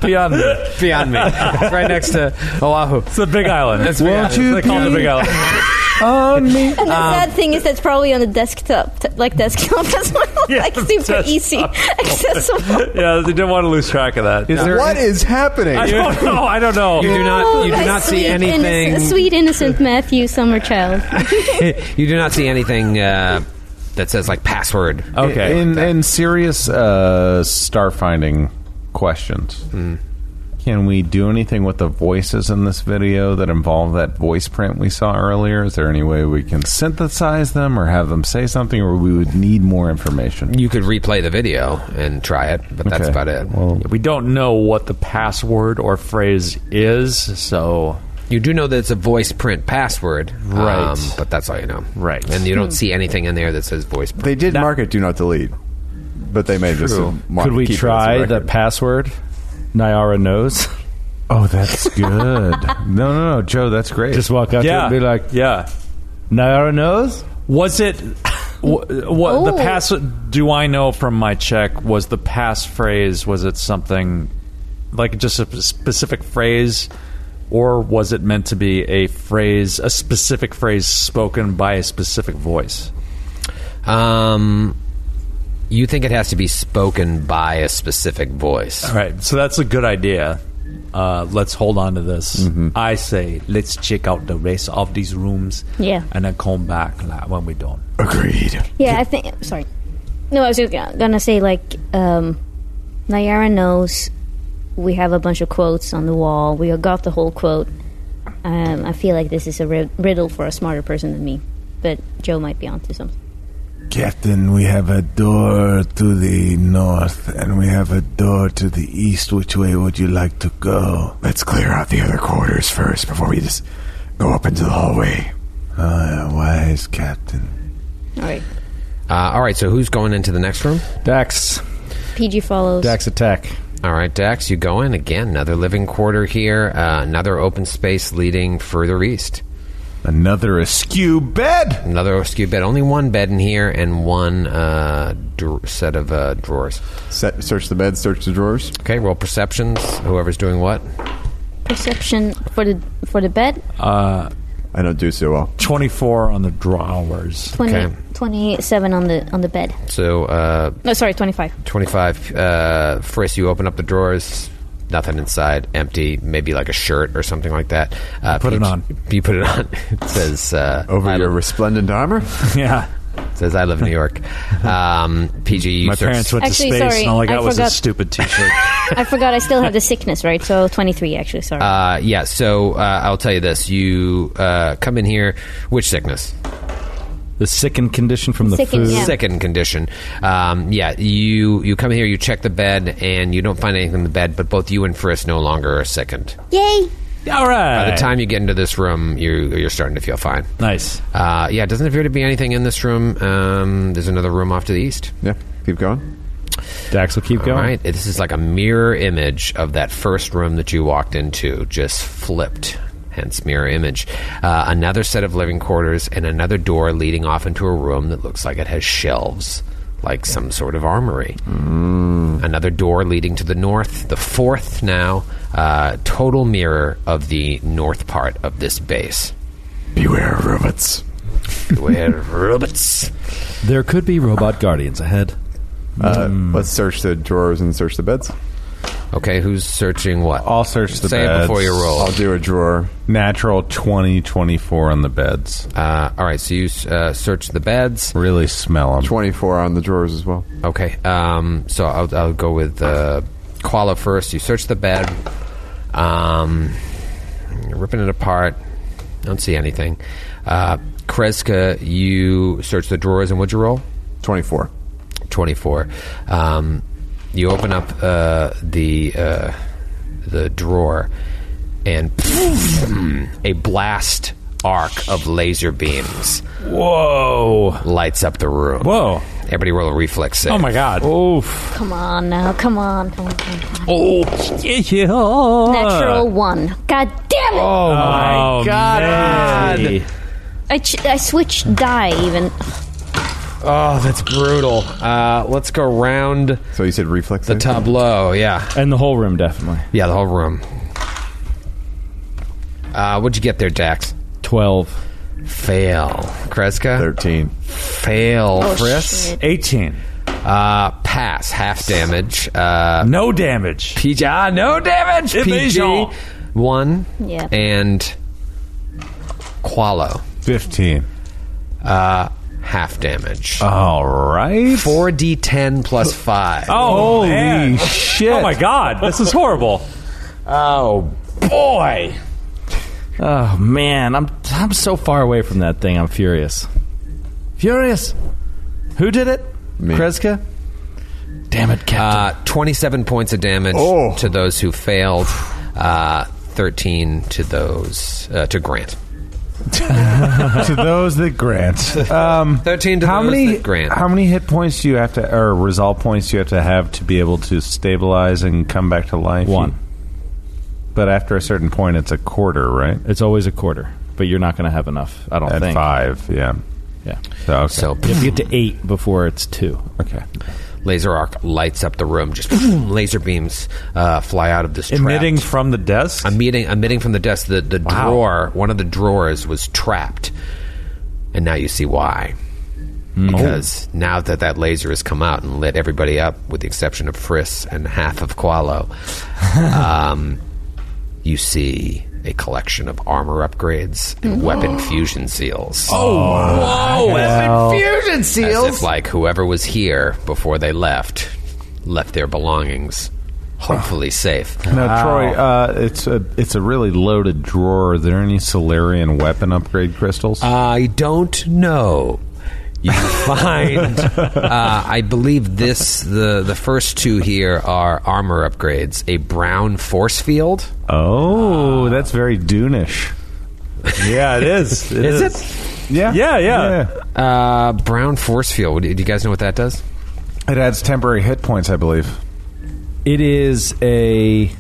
B: Beyond me.
E: Pee on Me. It's right next to Oahu.
B: It's the Big Island. It's
E: Won't you
B: they call it the Big Island.
D: And the sad thing is that's probably on the desktop, t- like desktop as well,
B: Yeah,
D: like super
B: desktop.
D: easy, accessible.
B: Yeah, they didn't want to lose track of that.
H: Is there
F: What is happening?
B: I don't know. I don't know.
E: You do not. You
D: Oh,
E: do
D: my
E: not see
D: sweet,
E: anything.
D: innocent- sweet innocent Matthew Summerchild.
E: You do not see anything uh, that says like password.
B: Okay.
H: In in serious uh, star finding questions,
B: Hmm.
H: can we do anything with the voices in this video that involve that voice print we saw earlier? Is there any way we can synthesize them or have them say something, or we would need more information?
E: You could replay the video and try it, but that's
H: Okay.
E: about it.
H: Well,
B: We don't know what the password or phrase is, so
E: You do know that it's a voice print password, um,
B: Right.
E: but that's all you know,
B: Right.
E: And you don't see anything in there that says voice print.
F: They did mark it do not delete, but they may just want
G: Could
F: to
G: we
F: keep it as a
G: try the
F: record.
G: password? Nyara knows.
H: oh, that's good. no, no, no, Joe, that's great.
G: Just walk out
B: yeah,
G: to it and be like,
B: yeah.
G: Nyara knows?
B: Was it what the
D: Ooh.
B: pass? Do I know from my check? Was the passphrase? Was it something like just a specific phrase, or was it meant to be a phrase, a specific phrase spoken by a specific voice?
E: Um, you think it has to be spoken by a specific voice.
B: All right, so that's a good idea. Uh, let's hold on to this.
I: Mm-hmm.
B: I say let's check out the rest of these rooms.
D: Yeah.
B: and then come back like, when we're done.
F: Agreed.
D: Yeah, I think. oh, Sorry. No, I was just gonna say like, um, Nayara knows we have a bunch of quotes on the wall. We got the whole quote. Um, I feel like this is a ri- riddle for a smarter person than me, but Joe might be onto something.
C: Captain, we have a door to the north and we have a door to the east. Which way would you like to go?
F: Let's clear out the other corridors first before we just go up into the hallway.
C: Ah, wise Captain.
D: All right.
E: Uh, all right, so who's going into the next room?
G: Dax.
D: PG follows.
G: Dax attack.
E: All right, Dax, you go in again. Another living quarter here. Uh, another open space leading further east.
H: another askew bed.
E: Another skew bed. Only one bed in here, and one uh, dr- set of uh, drawers.
F: Set, search the bed, search the drawers.
E: Okay, roll perceptions. Whoever's doing what?
D: Perception for the for the bed.
F: I don't do so well.
B: Twenty-four on the drawers.
D: 20,
E: Okay.
D: 27 on the on the bed.
E: So uh,
D: No, sorry, twenty five.
E: 25 uh first you open up the drawers nothing inside empty maybe like a shirt or something like that uh,
B: Put it on.
E: you put it on it says uh
F: Over
E: I
F: your
E: li-
F: resplendent armor?
B: Yeah,
E: it says i live in new york um pg you
B: my
E: search-
B: parents went
D: Actually,
B: to space,
D: sorry,
B: and all I
D: I
B: got was
D: forgot-
B: a stupid T-shirt.
D: I forgot. I still have the sickness, right? So twenty three actually. Sorry.
E: uh yeah so uh, i'll tell you this you uh come in here which sickness
G: The sickened condition from the
D: Sickened,
G: food.
D: Yeah.
E: second condition um yeah you you come here you check the bed and you don't find anything in the bed but both you and frisk no longer are sickened
D: Yay!
B: all right,
E: by the time you get into this room you you're starting to feel fine
B: nice.
E: Uh, yeah, it doesn't appear to be anything in this room. Um, there's another room off to the east.
F: Yeah, keep going.
G: Dax will keep
E: All
G: going.
E: right, this is like a mirror image of that first room that you walked into, just flipped. Hence, mirror image. Uh, another set of living quarters and another door leading off into a room that looks like it has shelves, like some sort of armory. Another door leading to the north, the fourth now. Uh, total mirror of the north part of this base.
F: Beware of robots.
E: Where robots.
G: There could be robot guardians ahead.
F: Uh, Let's search the drawers and search the beds.
E: Okay, who's searching what?
H: I'll search the
E: Say
H: beds.
E: it before you
G: Oh.
E: roll.
F: I'll do a drawer.
H: Natural 20, 24 on the beds.
E: Uh, all right, so you uh, search the beds.
H: Really smell them.
F: 24 on the drawers as well.
E: Okay, um, so I'll, I'll go with uh, Koala first. You search the bed, um, you're ripping it apart. Don't see anything. Uh, Kreska, you search the drawers, and what'd you roll?
F: 24.
E: 24. Um, you open up uh, the uh, the drawer, and a blast arc of laser beams
B: Whoa,
E: lights up the room.
B: whoa!
E: Everybody roll a reflex save.
B: Oh my God! Oof!
D: Come on now. Come on. Come on. Come on.
B: Oh, yeah.
D: Natural one. God damn it!
B: Oh my God!
D: I, ch- I switched die even.
E: Oh, that's brutal. Uh, let's go round
F: So you said reflex?
E: the
F: save?
E: tableau. Yeah,
G: And the whole room, definitely.
E: yeah, the whole room. Uh, what'd you get there, Dax?
G: 12.
E: Fail, Kreska.
F: 13.
E: Fail,
D: Oh,
E: Chris.
D: shit.
B: Eighteen.
E: Uh, pass, half damage. Uh,
B: No damage.
E: PG, ah, no damage. PG
B: Evasion.
E: one.
D: Yeah.
E: and Qualo.
H: 15.
E: half damage.
B: All right.
E: 4d10 plus 5.
B: Oh,
H: Holy
B: man.
H: shit.
B: Oh my god, this is horrible.
G: Oh boy. Oh man, I'm I'm so far away from that thing. I'm furious. Furious. Who did it?
F: Me.
G: Kreska? Damn it, Captain.
E: Uh, 27 points of damage
F: Oh.
E: to those who failed. Uh, 13 to those uh, to Grant.
H: to those that grant.
E: 13 to
H: how
E: those
H: many
E: that Grant.
H: how many hit points do you have to or resolve points do you have to have to be able to stabilize and come back to life?
G: One.
H: But after a certain point, it's a quarter, right?
G: it's always a quarter, but you're not going to have enough. I don't
H: At
G: think.
H: five, yeah.
G: Yeah.
H: So, okay.
E: so
G: You have to get to eight before it's two.
H: okay.
E: laser arc lights up the room. Just laser beams uh, fly out of this trap.
B: Emitting from the desk?
E: emitting emitting from the desk. The the drawer, one of the drawers, was trapped, and now you see why. Because now that that laser has come out and lit everybody up, with the exception of Friss and half of Qualo, um, you see a collection of armor upgrades and weapon fusion seals. Oh,
G: Fusion
E: as if like whoever was here before they left left their belongings, hopefully safe.
H: Now, Troy, uh, it's a it's a really loaded drawer. Are there any Solarian weapon upgrade crystals?
E: I don't know. You can find. uh, I believe this the the first two here are armor upgrades. A brown force field.
H: oh, that's very Dunish.
B: yeah, it is. It
E: Is
H: Yeah,
B: Yeah, yeah.
E: Uh, brown force field. Do you guys know what that does?
H: It adds temporary hit points, I believe.
G: It is a.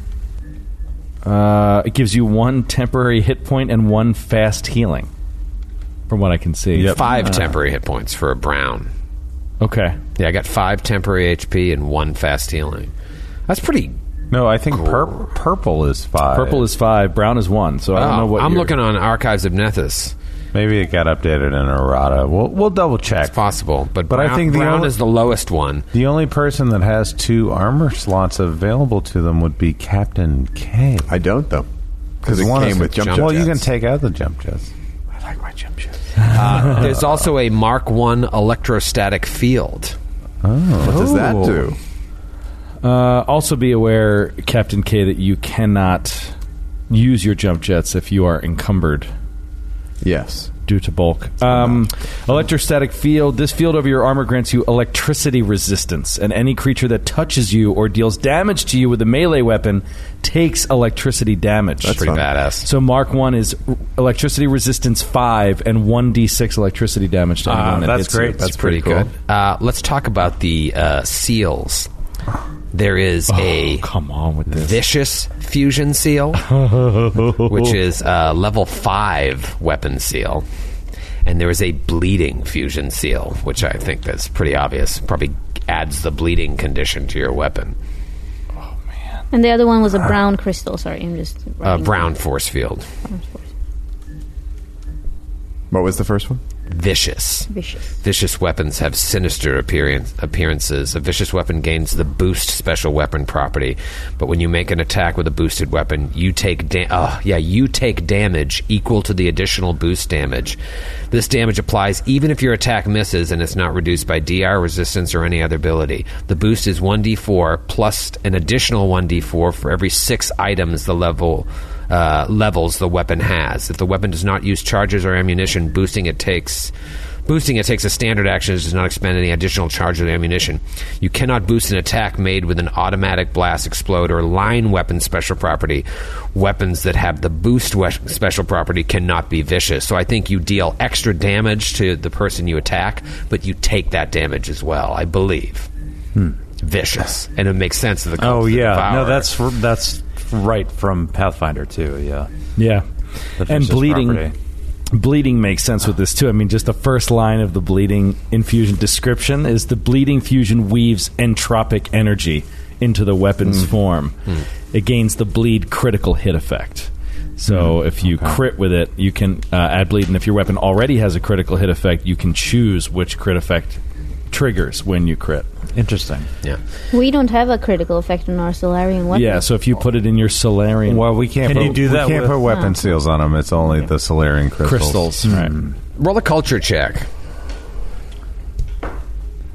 G: Uh, it gives you one temporary hit point and one fast healing, from what I can see.
E: Five temporary hit points for a brown.
G: Okay.
E: Yeah, I got five temporary HP and one fast healing. That's pretty.
H: No, I think pur- purple is five.
G: Purple is five, brown is one. So I don't know
E: Oh,
G: what
E: I'm
G: your-
E: looking on Archives of Nethys.
H: Maybe it got updated in errata. We'll we'll double check.
E: It's possible, but,
H: But I
E: brown-
H: think the
E: brown
H: only-
E: is the lowest one.
H: The only person that has two armor slots available to them would be Captain K.
F: I don't though, because it
H: One is
F: came
H: a
F: with jump.
E: jump-
F: jets.
H: well, you can take out the jump jets.
F: I like my jump jets.
E: There's also a Mark One electrostatic field.
F: What does that do?
G: Uh, also, be aware, Captain K, that you cannot use your jump jets if you are encumbered
F: Yes.
G: due to bulk. Um, electrostatic field. This field over your armor grants you electricity resistance, and any creature that touches you or deals damage to you with a melee weapon takes electricity damage.
E: That's pretty badass.
G: So Mark One is r- electricity resistance five and one d six electricity damage to anyone. that
B: that's
G: hits you.
B: great.
G: That's
E: Ah, That's pretty, good. Uh, let's talk about the uh, seals. There is a
G: Come on with this.
E: vicious fusion seal, which is a level five weapon seal, and there is a bleeding fusion seal, which I think that's pretty obvious. Probably adds the bleeding condition to your weapon.
D: And the other one was a brown crystal. Sorry, I'm just.
E: Uh,
D: writing
E: brown force field,
D: down.
F: What was the first one?
E: vicious.
D: Vicious.
E: Vicious weapons have sinister appearance, appearances. A vicious weapon gains the boost special weapon property, but when you make an attack with a boosted weapon, you take da- uh, yeah, you take damage equal to the additional boost damage. This damage applies even if your attack misses and it's not reduced by DR resistance or any other ability. The boost is 1d4 plus an additional 1d4 for every 6 items the level uh, levels the weapon has. If the weapon does not use charges or ammunition, boosting it takes Boosting it takes a standard action and does not expend any additional charge or ammunition. You cannot boost an attack made with an automatic blast, explode, or line weapon special property. Weapons that have the boost we- special property cannot be vicious. So I think you deal extra damage to the person you attack, but you take that damage as well, I believe. Vicious. And it makes sense of the cult
B: Hmm. Oh
E: of the
B: yeah, no,
E: devourer.
B: that's that's right from Pathfinder too. Yeah,
G: Yeah.
B: The
G: And
B: vicious
G: bleeding.
B: property.
G: Bleeding makes sense with this too. I mean, just the first line of the bleeding infusion description is the bleeding fusion weaves entropic energy into the
B: Hmm.
G: weapon's form. It gains the bleed critical hit effect. So
B: Hmm.
G: if you crit with it, you can uh, add bleed, and if your weapon already has a critical hit effect, you can choose which crit effect triggers when you crit.
B: Interesting.
E: Yeah.
D: We don't have a critical effect on our Solarian weapon.
G: Yeah. So if you put it in your Solarian
H: Well, we can't.
B: Can
H: put,
B: you do
H: we
B: that
H: can't
B: with-
H: put weapon seals on them. It's only the Solarian crystals.
G: crystals,
H: Hmm.
G: right?
E: Roll a culture check.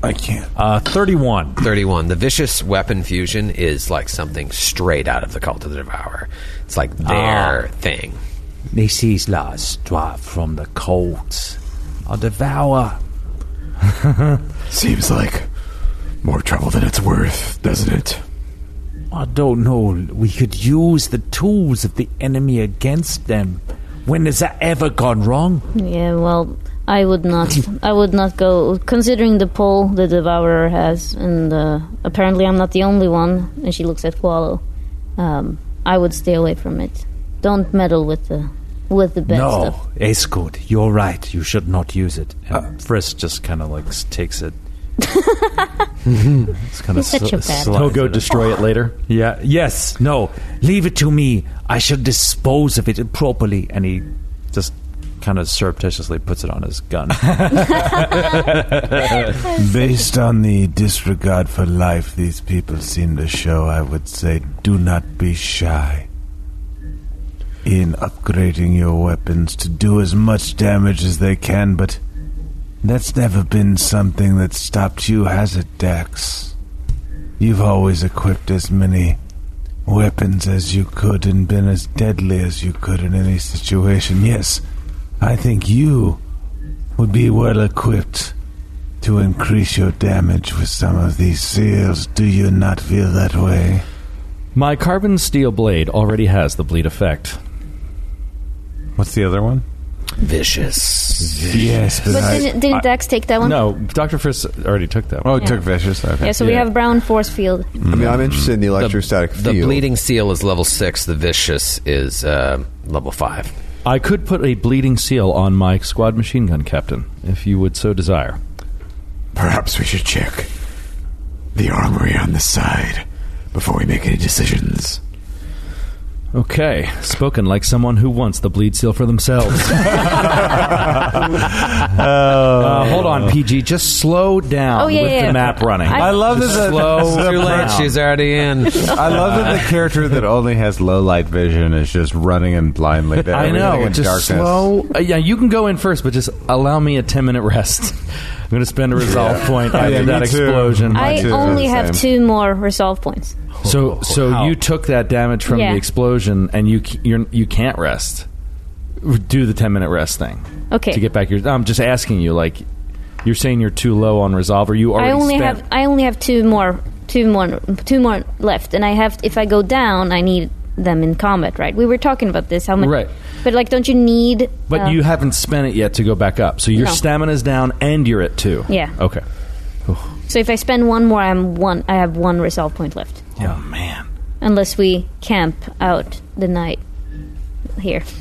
C: I can't.
B: Uh, 31.
E: 31. The vicious weapon fusion is like something straight out of the Cult of the Devourer. It's like their thing.
I: This is last drop from the cult. I'll devour.
C: Seems like more trouble than it's worth, doesn't it?
I: I don't know. We could use the tools of the enemy against them. When has that ever gone wrong?
D: Yeah, well, I would not. I would not go, considering the poll the Devourer has, and uh, apparently I'm not the only one. And she looks at Wallow. Um, I would stay away from it. Don't meddle with the with the bad
I: no,
D: stuff.
I: Ace Good, you're right. You should not use it.
B: And
G: Uh,
B: Frisk just kind of like s- takes it. it's kind
D: He's
B: of
D: such a bad
G: He'll go destroy it later.
B: Yeah.
I: Yes, no, leave it to me. I shall dispose of it properly.
B: And he just kind of surreptitiously puts it on his gun.
C: Based on the disregard for life these people seem to show, I would say do not be shy in upgrading your weapons to do as much damage as they can, but that's never been something that stopped you, has it, Dax? You've always equipped as many weapons as you could and been as deadly as you could in any situation. Yes, I think you would be well equipped to increase your damage with some of these seals. Do you not feel that way?
G: My carbon steel blade already has the bleed effect.
H: What's the other one?
E: Vicious.
C: Yes, but,
D: But
C: I,
D: didn't, didn't Dax take that one?
G: No, Dr. Frisk already took that one.
H: Oh, it took vicious. Okay.
D: Yeah, so we
G: Yeah.
D: have brown force field.
F: I mean, I'm
H: Mm.
F: interested in the electrostatic
E: The
F: field.
E: bleeding seal is level six. The vicious is uh, level five.
G: I could put a bleeding seal on my squad machine gun captain, if you would so desire.
C: perhaps we should check the armory on the side before we make any decisions.
G: Okay, spoken like someone who wants the bleed seal for themselves. Uh, hold on, PG. Just slow down
D: Oh, yeah,
G: with
D: yeah, yeah.
G: the map running.
D: I-
H: I love that
G: Just
H: the,
G: slow
H: the
G: Too
H: per-
G: late, she's
E: already in.
H: I love that the character that only has low light vision is just running in blindly. to
G: I
H: everything
G: know.
H: in
G: Just
H: darkness.
G: slow. Uh, yeah, you can go in first, but just allow me a ten minute rest. I'm going to spend a resolve point after
H: Yeah, me
G: that
H: too.
G: explosion.
H: Mine
D: I
H: too,
D: only
H: the
D: have
H: same.
D: two more resolve points.
G: So, so you took that damage from
D: Yeah.
G: the explosion, and you c- you're, you can't rest. Do the ten minute rest thing
D: Okay.
G: to get back your. I'm just asking you, like, you're saying you're too low on resolve, or Oh, you already
D: I only
G: spent.
D: have I only have two more two more two more left, and I have if I go down, I need them in combat. Right? We were talking about this. How much?
G: Right.
D: But like, don't you need?
G: but
D: uh,
G: you haven't spent it yet to go back up, so your
D: No.
G: stamina's down and you're at two.
D: Yeah.
G: Okay.
D: So if I spend one more, I'm one. I have one resolve point left,
G: Oh man.
D: unless we camp out the night here.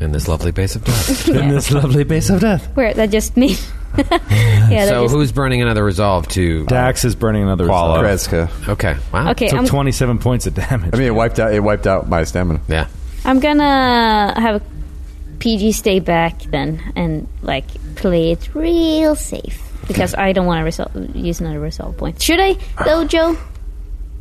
E: In this lovely base of dust.
G: In this lovely base of death,
D: Where that just me? yeah. That
E: so
D: just,
E: who's burning another resolve to?
G: Dax is burning another.
H: Qualo.
G: resolve.
F: Kreska.
E: Okay. Wow.
D: okay.
G: Took
D: I'm,
G: twenty-seven points of damage.
F: I mean, it wiped out. It wiped out my stamina.
E: Yeah.
D: I'm gonna have PG stay back then and like play it real safe. Because I don't want to resol- use another resolve point. Should I, though, Joe?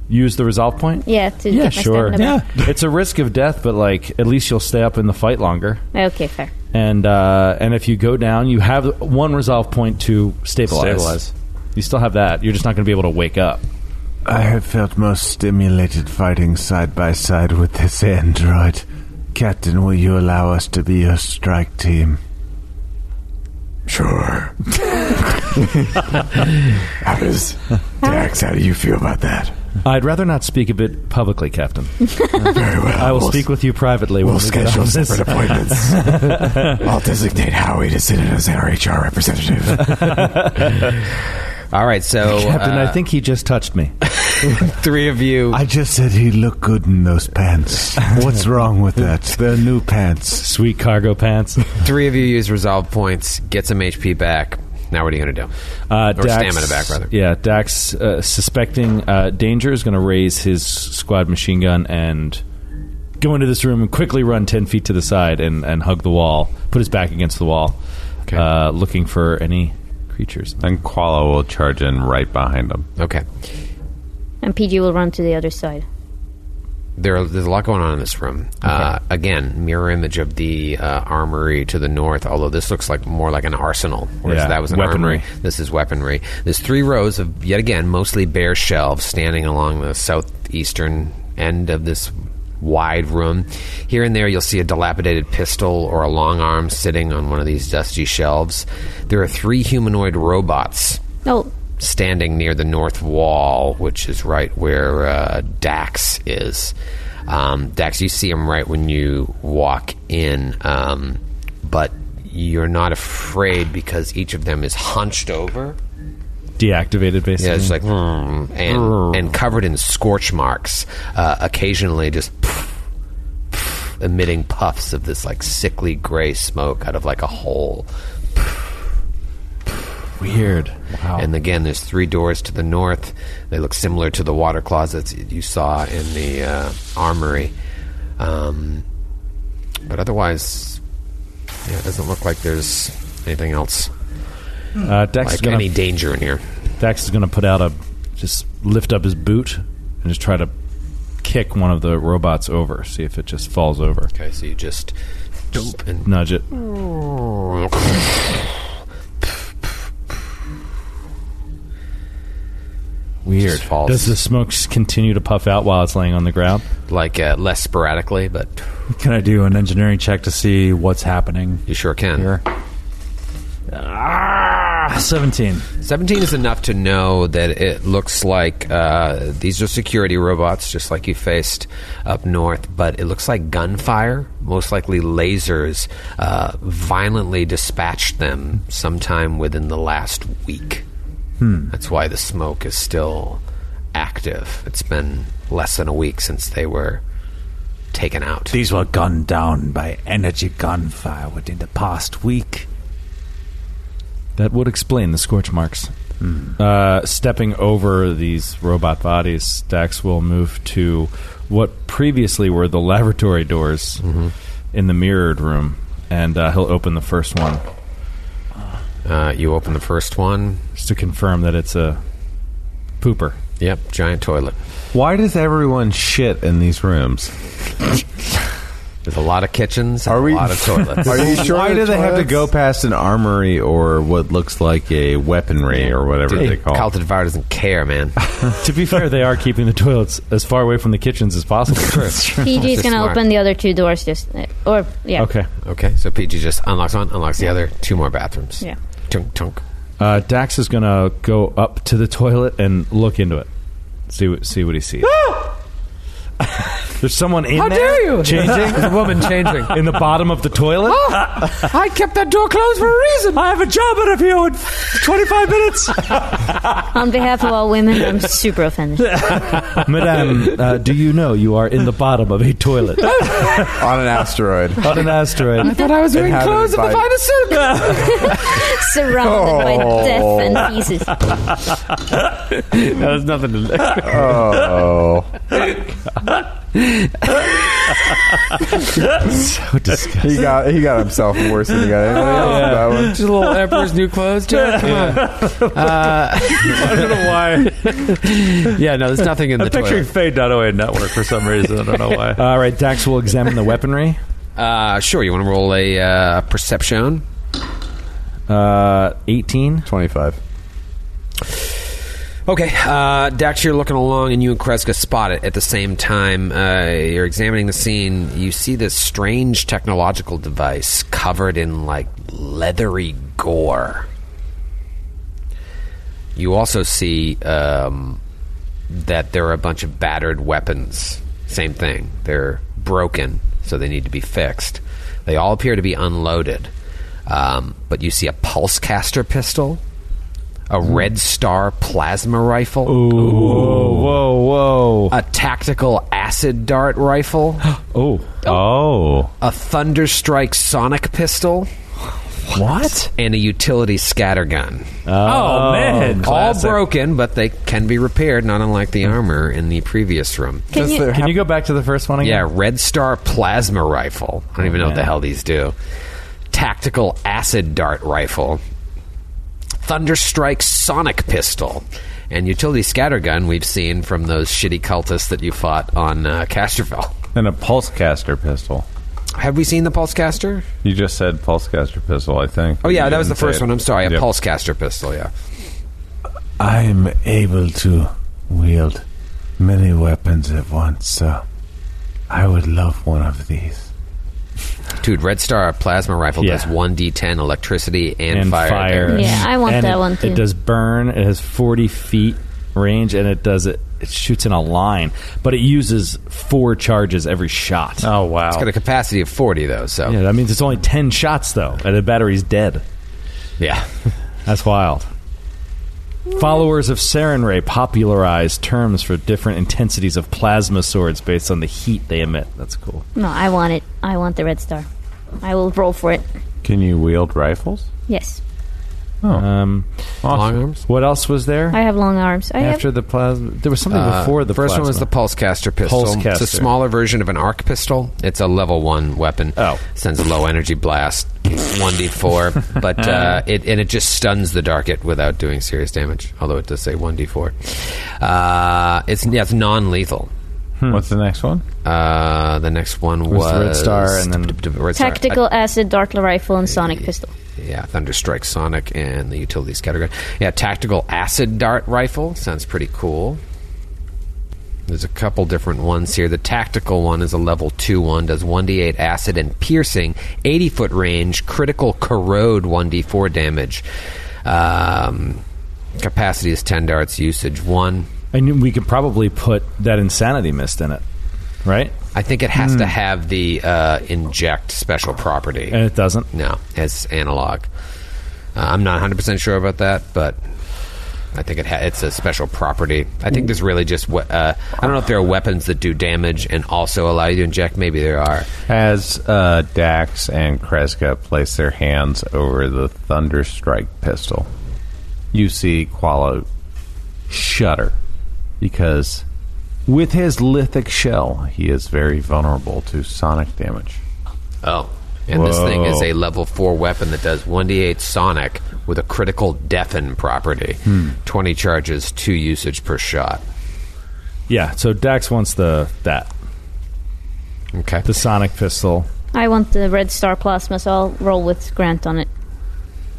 G: Use the resolve point.
D: Yeah, to
G: Yeah,
D: get my
G: sure.
D: stamina back.
G: it's a risk of death, but like at least you'll stay up in the fight longer.
D: Okay, fair.
G: and uh, and if you go down, you have one resolve point to stabilize.
B: Stabilize.
G: You still have that. You're just not going to be able to wake up.
C: I have felt most stimulated fighting side by side with this android. Captain, will you allow us to be your strike team?
F: Sure. I was. Dax, how do you feel about that?
G: I'd rather not speak of it publicly, Captain.
F: Very well.
G: I will
F: We'll-
G: speak with you privately.
F: We'll
G: when we get
F: schedule
G: off this.
F: separate appointments. I'll designate Howie to sit in as our HR representative.
E: All right. So
G: Captain,
E: uh,
G: I think he just touched me.
E: three of you.
C: I just said he looked good in those pants. What's wrong with that? They're new pants.
G: Sweet cargo pants.
E: Three of you use resolve points. Get some HP back. Now what are you going to do?
G: Uh,
E: Or
G: Dax,
E: stamina back, rather.
G: Yeah, Dax, uh, suspecting uh, danger, is going to raise his squad machine gun and go into this room and quickly run 10 feet to the side and, and hug the wall, put his back against the wall, uh, looking for any creatures.
H: And Qualo will charge in right behind him.
E: Okay.
D: And PG will run to the other side.
E: there, there's a lot going on in this room. Uh, again, mirror image of the uh, armory to the north. Although this looks like more like an arsenal, whereas
H: Yeah,
E: that was an
H: weaponry.
E: armory. This is weaponry. There's three rows of yet again mostly bare shelves standing along the southeastern end of this wide room. Here and there, you'll see a dilapidated pistol or a long arm sitting on one of these dusty shelves. There are three humanoid robots
D: Oh,
E: standing near the north wall, which is right where uh, Dax is. Um, Dax, you see him right when you walk in, um, but you're not afraid because each of them is hunched over.
B: Deactivated, basically.
E: Yeah, it's like "Hmm," and and covered in scorch marks. Uh, occasionally, just emitting puffs of this like sickly gray smoke out of like a hole.
G: Weird.
E: And again, there's three doors to the north. They look similar to the water closets you saw in the uh, armory. Um, but otherwise, yeah, it doesn't look like there's anything else,
G: Uh, Dex is
E: like
G: gonna
E: any danger in here.
G: Dax is gonna put out a just lift up his boot and just try to kick one of the robots over, see if it just falls over.
E: Okay, so you just dope and
G: Nudge it. Weird.
E: Just falls.
G: Does the smoke s- continue to puff out while it's laying on the ground?
E: like uh, less sporadically, but
B: Can I do an engineering check to see what's happening?
E: you sure can.
B: Here. Ah, 17.
E: 17 is enough to know that it looks like uh, these are security robots, just like you faced up north, but it looks like gunfire, most likely lasers, uh, violently dispatched them sometime within the last week.
F: Hmm.
E: That's why the smoke is still active. It's been less than a week since they were taken out.
I: These were gunned down by energy gunfire within the past week.
G: That would explain the scorch marks. Uh, stepping over these robot bodies, Dax will move to what previously were the laboratory doors in the mirrored room, and uh, he'll open the first one
E: Uh, you open the first one.
G: just to confirm that it's a pooper.
E: Yep, giant toilet.
H: Why does everyone shit in these rooms?
E: There's a lot of kitchens and
F: Are we-
E: a lot of toilets.
F: Are you sure?
H: Why
F: the
H: do they have to
F: toilets-
H: go past an armory or what looks like a weaponry or whatever
E: Dude,
H: they call it?
E: Calted Fire doesn't care, man.
G: to be fair, they are keeping the toilets as far away from the kitchens as possible.
D: PG's
E: Just
D: gonna
E: smart.
D: open the other two doors, just uh, or yeah.
G: Okay.
E: Okay, so PG just unlocks one, unlocks the other, two more bathrooms.
D: Yeah.
E: Tunk, tunk.
G: Uh, Dax is gonna go up to the toilet and look into it. See what see what he sees. There's someone in How there. Dare you? Changing
E: The woman changing.
G: in the bottom of the toilet.
E: Oh,
I: I kept that door closed for a reason. I have a job interview in 25 minutes.
D: On behalf of all women, I'm super offended.
G: Madame, uh, do you know you are in the bottom of a toilet
F: on an asteroid?
G: on an asteroid?
I: Thought I was wearing
F: Inhabited
I: clothes of
F: by-
I: the finest silk.
D: Surrounded by
G: Oh.
D: death and pieces.
B: That was nothing to
F: Oh,
G: so disgusting.
F: he got he got himself worse than he got anybody else.
G: Yeah.
F: That one.
E: Oh, Just a little Emperor's New Clothes, Jared. Come
B: I don't know why.
E: on. Yeah, no, there's nothing in the
B: I'm picturing
E: toilet.
B: Fade.OA network for some reason. I don't know why.
G: All right, Dax will examine the weaponry.
E: Uh, sure, you want to roll a uh, perception?
G: Uh, 18.
F: Twenty-five.
E: Okay, uh, Dax, you're looking along, and you and Kreska spot it at the same time. Uh, you're examining the scene. You see this strange technological device covered in like leathery gore. You also see um, that there are a bunch of battered weapons. Same thing. They're broken, so they need to be fixed. They all appear to be unloaded. Um, but you see a pulse caster pistol, a Red Star plasma rifle,
G: Whoa, whoa, whoa.
E: a tactical acid dart rifle,
G: Oh. Oh.
E: a Thunderstrike sonic pistol,
G: What?
E: and a utility scatter gun.
B: Oh, man.
H: Um,
E: All broken, but they can be repaired, not unlike the armor in the previous room.
D: Can you?
G: Can you go back to the first one
E: Yeah,
G: again?
E: Red Star Plasma Rifle. I don't even know what the hell these do. Tactical Acid Dart Rifle. Thunderstrike Sonic Pistol. and utility scattergun we've seen from those shitty cultists that you fought on uh, Casterville.
H: And a pulse caster pistol.
E: Have we seen the pulse caster?
H: You just said pulse caster pistol, I think.
E: Oh yeah,
H: You
E: that was the
G: Mm,
H: didn't
E: first
H: say it.
E: one. I'm sorry, a
H: Yep.
E: pulse caster pistol. Yeah,
C: I'm able to wield many weapons at once, so I would love one of these.
E: dude, Red Star plasma rifle does
G: Yeah.
E: one d10 electricity and,
G: and
E: fire.
G: fire.
E: damage.
D: Yeah, I want
G: And
D: that
G: it-
D: one, too.
G: It does burn. It has forty feet range, and it does it. It shoots in a line, but it uses four charges every shot.
B: Oh wow!
E: It's got a capacity of 40 though, so
G: Yeah, that means it's only ten shots though, and the battery's dead.
E: yeah.
G: That's wild. Followers of Sarenrae popularized terms for different intensities of plasma swords based on the heat they emit. That's cool.
D: No, I want it. I want the red star. I will roll for it.
H: Can you wield rifles?
D: Yes.
G: Um,
E: Long arms.
G: what else was there
D: I have long arms. I
G: after the plasma? There was something
E: Uh,
G: before the
E: first one was the
G: plasma.
E: pulse caster pistol.
G: Pulse
E: It's
G: caster.
E: a smaller version of an arc pistol. It's a level one weapon.
G: Oh.
E: sends a low energy blast, one d four, but uh, it and it just stuns the darket without doing serious damage. Although it does say one d four. Uh, It's yeah, it's non lethal.
G: Hmm.
H: What's the next one?
E: Uh, the next one was,
G: was the Red Star and then-
E: Red
D: have
E: Star.
D: tactical acid, dartler rifle, and sonic pistol.
E: Yeah, Thunderstrike Sonic and the utility scattergun. Yeah, tactical acid dart rifle sounds pretty cool. There's a couple different ones here. The tactical one is a level 2 one, does 1d8 acid and piercing, 80 foot range, critical corrode 1d4 damage. Um, capacity is 10 darts, usage 1.
G: and we could probably put that insanity mist in it, right?
E: I think it has to have the uh, inject special property.
G: And it doesn't.
E: No, it's analog. Uh, I'm not 100% sure about that, but I think it ha- it's a special property. I think there's really just. We- uh, I don't know if there are weapons that do damage and also allow you to inject. Maybe there are.
H: As uh, Dax and Kreska place their hands over the Thunderstrike pistol, you see Qualo shudder because with his lithic shell, he is very vulnerable to sonic damage.
E: Oh. And this thing is a level 4 weapon that does 1d8 sonic with a critical deafen property.
H: Hmm.
E: 20 charges, 2 usage per shot.
G: Yeah. So Dax wants the that
E: Okay.
G: the sonic pistol,
D: I want the red star plasma, so I'll roll with Grant on it.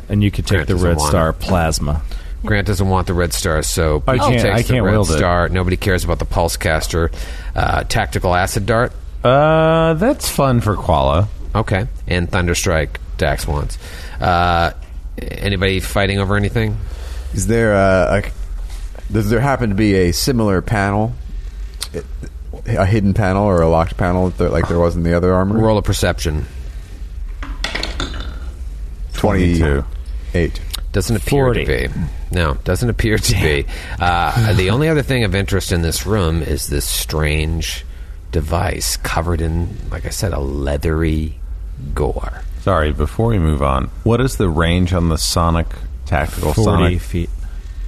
G: and you could take
E: Grant
G: the
E: doesn't
G: red
E: want
G: star plasma.
E: Grant doesn't want the red star, so
H: I
E: Pete
H: can't-
E: takes
H: I can't
E: the red
H: wield it.
E: star. Nobody cares about the pulse caster. Uh, tactical acid dart.
H: Uh, that's fun for Qualo.
E: Okay. And Thunderstrike, Dax wants. Uh, anybody fighting over anything?
F: Is there a, a does there happen to be a similar panel, a hidden panel or a locked panel that there, like there was in the other armor?
E: Roll a perception.
F: Twenty-eight.
C: Oh.
E: Doesn't appear
G: 40.
E: to be. No, doesn't appear to be. Uh, the only other thing of interest in this room is this strange device covered in, like I said, a leathery gore.
H: Sorry, before we move on, what is the range on the sonic tactical
G: Forty
H: sonic,
G: feet.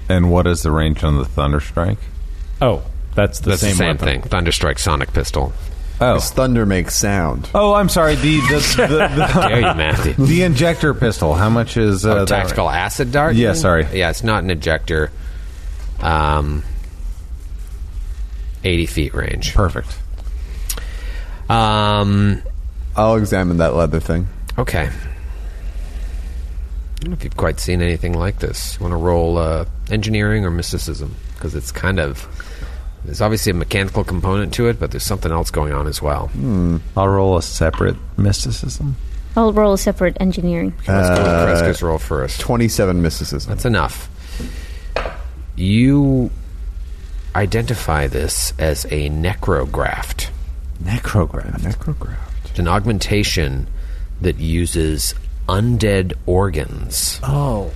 H: and what is the range on the Thunderstrike?
G: Oh, that's the
E: That's
G: same,
E: the same thing.
G: weapon.
E: Thunderstrike, sonic pistol.
H: Oh,
F: Does thunder makes sound?
H: oh, I'm sorry. The the, the,
E: There you, Matthew.
H: the, the injector pistol. How much is uh,
E: Oh,
H: that
E: tactical acid dart.
H: Yeah, sorry.
E: Yeah, it's not an ejector. Um, eighty feet range.
H: Perfect.
E: Um,
F: I'll examine that leather thing.
E: okay. I don't know if you've quite seen anything like this. You want to roll uh, engineering or mysticism because it's kind of there's obviously a mechanical component to it, but there's something else going on as well.
H: I'll roll a separate mysticism.
D: I'll roll a separate engineering.
E: Let's go with Kreska's roll first.
F: Twenty-seven mysticism.
E: That's enough. You identify this as a necrograft.
G: Necrograph.
E: It's an augmentation that uses undead organs. Oh.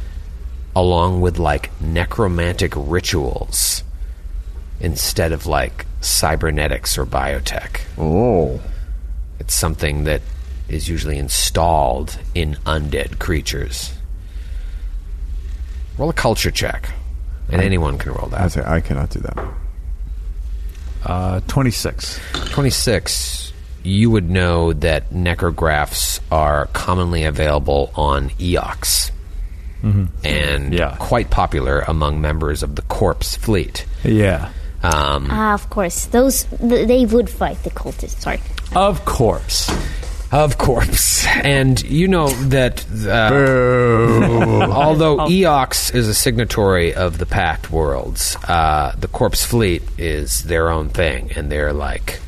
E: Along with like necromantic rituals instead of like cybernetics or biotech.
F: Oh,
E: It's something that is usually installed in undead creatures. Roll a culture check. And anyone can roll
F: I
E: that.
F: say I cannot do that.
B: Uh, Twenty six.
E: 26, you would know that necrographs are commonly available on EOX. and
B: Yeah.
E: quite popular among members of the Corpse Fleet.
B: Yeah.
F: Mm.
E: Um,
D: Ah, of course. Those th- they would fight the cultists. Sorry.
B: Of course.
E: Of course. And you know that uh, although Eox is a signatory of the Pact Worlds, uh, the Corpse Fleet is their own thing, and they're like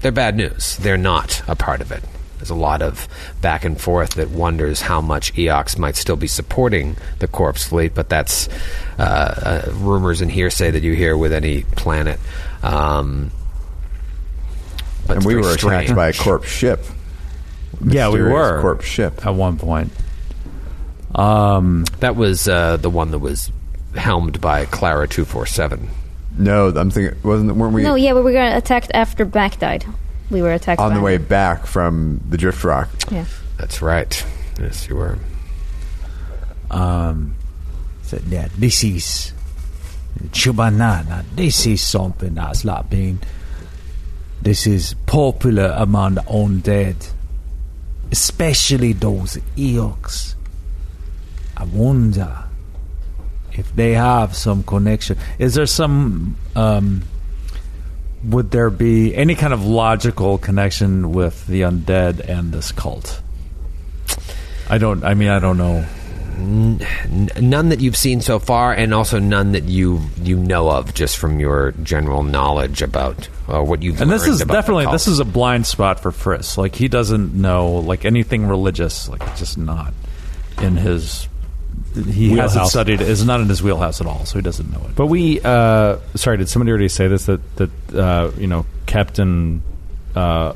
E: they're bad news. They're not a part of it. There's a lot of back and forth that wonders how much Eox might still be supporting the Corpse Fleet, but that's uh, uh, rumors and hearsay that you hear with any planet. Um, but
F: and
E: it's
F: we
E: very
F: were attacked
E: strange.
F: by a corpse ship.
B: Yeah, we
F: Mysterious
B: were.
F: corpse ship.
B: At one point.
E: That was uh, the one that was helmed by Clara two four seven.
F: No, I'm thinking. Wasn't weren't we
D: no, yeah, we were attacked after Back died. We were attacked
F: on
D: by
F: the way back from the drift rock?
D: Yeah.
E: That's right. Yes, you were.
I: said, yeah, this is chubanana. This is something that's not been. This is popular among the undead, especially those eoks. I wonder if they have some connection.
B: Is there some. Um, would there be any kind of logical connection with the undead and this cult? I don't. I mean, I don't know.
E: N- none that you've seen so far, and also none that you you know of, just from your general knowledge about uh, what you've.
B: And this
E: learned
B: is
E: about the
B: definitely
E: cult.
B: this is a blind spot for Fritz. Like he doesn't know like anything religious. Like it's just not in his. He hasn't
G: Wheelhouse.
B: studied. it. It's not in his wheelhouse at all, so he doesn't know it.
J: But we, uh, sorry, did somebody already say this? That that uh, you know, Captain uh,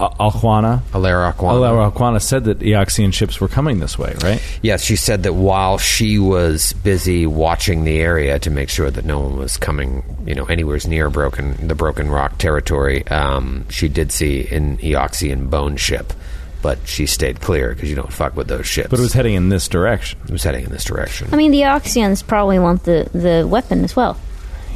J: Al- Alhuana,
E: Alara Aquana.
J: Al- Alhuana said that Eoxian ships were coming this way, right?
E: Yes, she said that while she was busy watching the area to make sure that no one was coming, you know, anywhere near broken the Broken Rock territory, um, she did see an Eoxian bone ship, but she stayed clear because you don't fuck with those ships.
J: But it was heading in this direction.
E: It was heading in this direction.
D: I mean, the Oxians probably want the, the weapon as well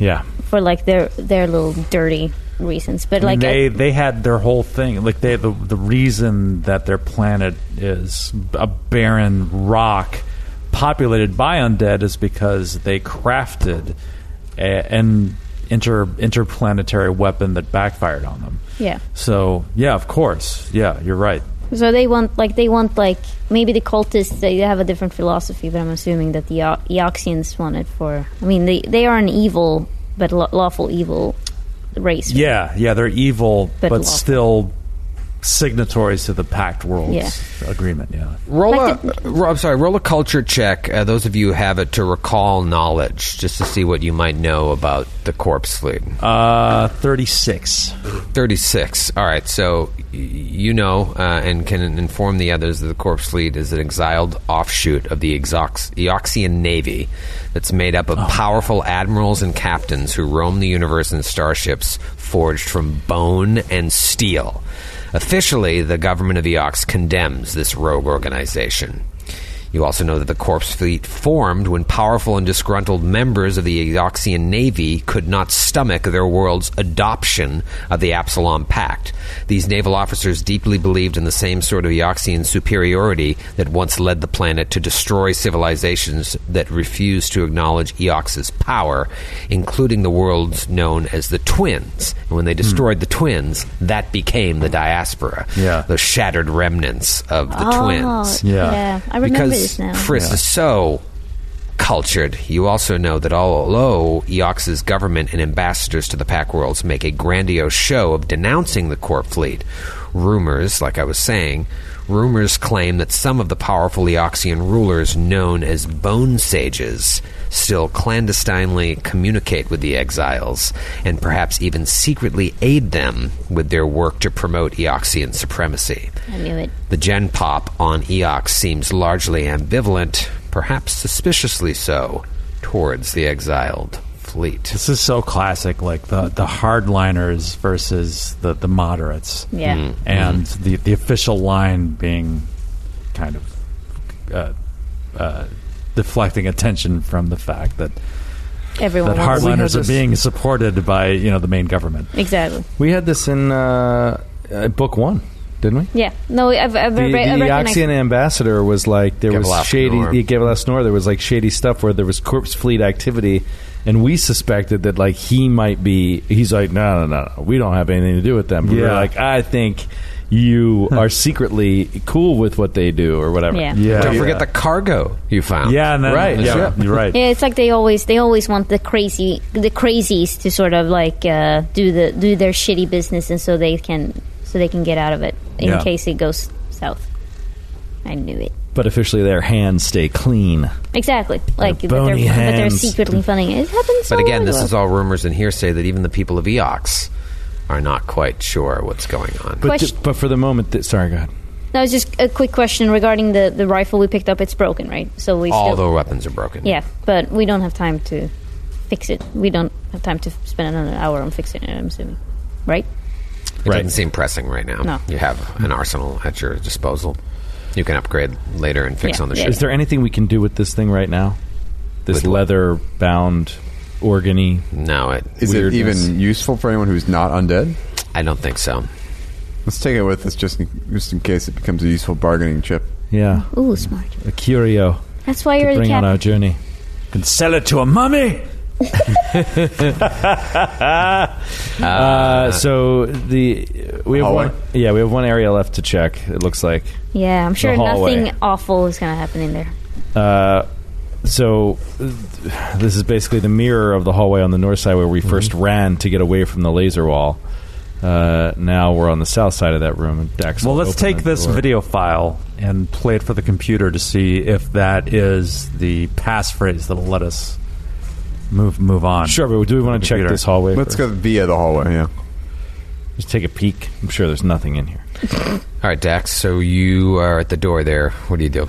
J: Yeah,
D: for like their their little dirty reasons. But like,
B: they
D: I,
B: they had their whole thing. Like they the the reason that their planet is a barren rock populated by undead is because they crafted a, an inter interplanetary weapon that backfired on them.
D: yeah.
B: So yeah, of course, yeah, you're right.
D: So they want like they want like maybe the cultists they have a different philosophy, but I'm assuming that the O- Eoxians want it for. I mean, they they are an evil but la- lawful evil race. right?
B: Yeah, yeah, they're evil, but,
D: But lawful.
B: still signatories to the Pact Worlds
D: Yeah.
B: agreement. Yeah,
E: Roll a,
D: Like
E: ro- I'm sorry, roll a culture check. Uh, those of you who have it to recall knowledge, just to see what you might know about the corpse fleet.
B: uh, thirty six.
E: 36. All right, so y- you know uh, and can inform the others that the Corpse Fleet is an exiled offshoot of the Exox- Eoxian Navy that's made up of powerful admirals and captains who roam the universe in starships forged from bone and steel. Officially, the government of Eox condemns this rogue organization. You also know that the Corpse Fleet formed when powerful and disgruntled members of the Eoxian Navy could not stomach their world's adoption of the Absalom Pact. These naval officers deeply believed in the same sort of Eoxian superiority that once led the planet to destroy civilizations that refused to acknowledge Eox's power, including the worlds known as the Twins. And when they
B: Hmm.
E: destroyed the Twins, that became the diaspora,
B: Yeah.
E: the shattered remnants of the
D: Oh,
E: Twins
B: Yeah.
D: I remember
E: because
D: this now.
E: Frisk is so cultured. You also know that although Eox's government and ambassadors to the Pack Worlds make a grandiose show of denouncing the Corp fleet, rumors, like I was saying, rumors claim that some of the powerful Eoxian rulers known as Bone Sages still clandestinely communicate with the exiles and perhaps even secretly aid them with their work to promote Eoxian supremacy.
D: I knew it.
E: The gen pop on Eox seems largely ambivalent, perhaps suspiciously so, towards the exiled fleet.
B: This is so classic, like the the hardliners versus the the moderates.
D: Yeah. Mm,
B: and the the official line being kind of uh, uh, deflecting attention from the fact that
D: Everyone
B: that
D: wants
G: hardline-
B: hardliners are
G: this-
B: being supported by you know the main government.
D: exactly.
J: we had this in uh, uh, book one.
G: didn't we?
D: Yeah. No, I've, I've
G: The, the
D: re- I recognize-
G: Oxian ambassador was like there
E: Gavilax
G: was shady.
E: Nor.
G: He gave us Nor. There was like shady stuff where there was corpse fleet activity, and we suspected that like he might be. He's like, no, no, no, no. we don't have anything to do with them. We were
J: Yeah.
G: like, I think you are secretly cool with what they do or whatever.
D: Yeah.
E: Don't forget the cargo you found.
B: Yeah, and then
G: Right,
B: Yeah,
G: yeah.
B: you're right.
D: Yeah, it's like they always they always want the crazy the crazies to sort of like uh, do the do their shitty business, and so they can so they can get out of it in
B: Yeah.
D: case it goes south. I knew it
G: But officially, their hands stay clean.
D: exactly. Like that they're,
G: bony
D: that they're
G: hands.
D: secretly funding it. It happens.
E: But
D: all
E: again,
D: over
E: this
D: the
E: is all rumors and hearsay that even the people of Eox are not quite sure what's going on.
G: But
D: Question-
G: but for the moment, that sorry, go ahead.
D: No, it's just a quick question regarding the, the rifle we picked up. It's broken, right? So we
E: all
D: still,
E: the weapons are broken.
D: yeah, but we don't have time to fix it. We don't have time to f- spend another hour on fixing it. I'm assuming, right?
E: It doesn't seem pressing right now.
D: No.
E: You have an arsenal at your disposal. You can upgrade later and fix
D: Yeah,
E: on the
D: yeah.
E: ship.
G: Is there anything we can do with this thing right now? This
E: With-
G: leather bound organy.
E: No, it,
F: Is it
G: Weirdness.
F: even useful for anyone who's not undead?
E: I don't think so.
F: Let's take it with us just in, just in case it becomes a useful bargaining chip.
G: Yeah,
D: Ooh, smart.
G: a curio
D: That's why
G: to
D: you're the
G: bring on
D: captain.
G: our journey.
B: Can sell it to a mummy.
G: Uh, so the we have
F: Hallway?
G: one. Yeah, we have one area left to check. It looks like.
D: Yeah, I'm sure
G: hallway.
D: nothing awful is going to happen in there.
G: Uh, so th- this is basically the mirror of the hallway on the north side where we
B: Mm-hmm.
G: first ran to get away from the laser wall. Uh, now we're on the south side of that room. And Dax
B: Well,
G: will
B: let's
G: open
B: take
G: the
B: this
G: door.
B: video file and play it for the computer to see if that is the passphrase that'll let us move move on.
G: Sure, but do we want to check
B: Computer.
G: this hallway?
F: Let's
G: first?
F: go via the hallway. Yeah.
G: Just take a peek. I'm sure there's nothing in here.
E: All right, Dax. So you are at the door there. What do you do?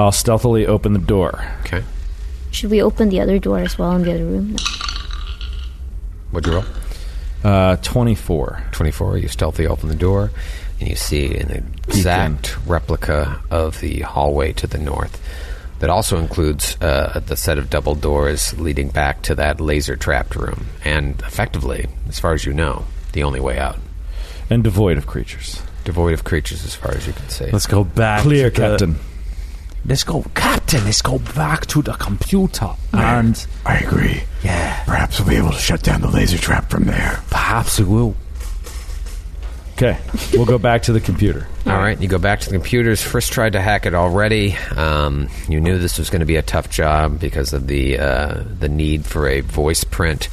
G: I'll stealthily open the door.
E: Okay.
D: Should we open the other door as well in the other room? No.
E: What'd you roll?
G: Uh, 24.
E: 24. You stealthily open the door, and you see an exact replica of the hallway to the north. That also includes uh, the set of double doors leading back to that laser trapped room, and effectively, as far as you know, the only way out.
G: And devoid of creatures.
E: Devoid of creatures, as far as you can see.
B: Let's go back.
G: Clear,
B: to the-
G: Captain.
I: Let's go, Captain. Let's go back to the computer, and
C: I agree. Yeah. Perhaps we'll be able to shut down the laser trap from there.
I: perhaps we will.
G: Okay. We'll go back to the computer.
E: All right, you go back to the computers. First tried to hack it already. Um, you knew this was going to be a tough job because of the uh, the need for a voice print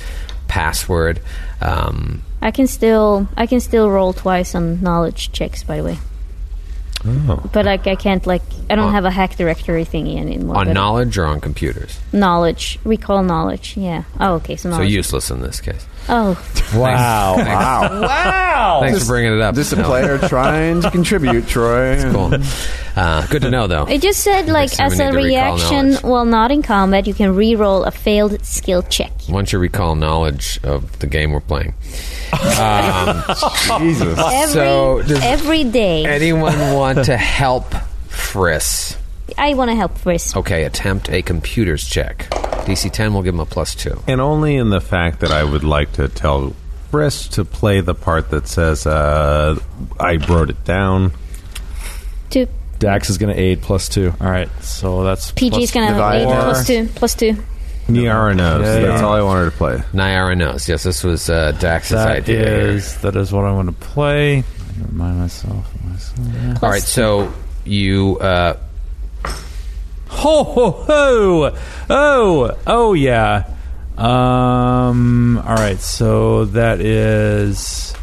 E: password. Um,
D: I can still I can still roll twice on knowledge checks, by the way. Oh. But like I can't like I don't
E: On-
D: have a hack directory thingy anymore.
E: Oh. on
D: but
E: knowledge or on computers,
D: knowledge, recall knowledge. Yeah. Oh, okay. So
E: so
D: knowledge.
E: useless in this case.
D: oh,
G: Wow.
F: Wow.
E: Thanks for bringing it up.
F: Just a
E: No,
F: player trying to contribute, Troy.
E: cool. Uh, good to know, though.
D: it just said like
E: time we
D: as a
E: need to recall
D: reaction
E: knowledge.
D: while not in combat, you can re-roll a failed skill check.
E: Once you recall knowledge of the game we're playing,
F: Jesus.
D: Every
E: So, does-
D: every day,
E: anyone want to help Friss?
D: I want to help first.
E: Okay, attempt a computers check. DC ten will give him a plus two.
H: And only in the fact that I would like to tell Briss to play the part that says, uh, I wrote it down.
D: Two
G: Dax is going to aid plus two.
B: All right, so that's
D: PG is
B: plus-
D: gonna have eight
F: divide.
D: plus two plus two.
H: Niara knows. That's all I wanted to play.
E: Nyara knows. Yes, this was uh, Dax's
B: That
E: idea. here.
B: is that is what I want to play. Remind myself. of myself.
E: All right, so you uh,
B: Ho ho ho! Oh oh yeah. Um. All right, so that is.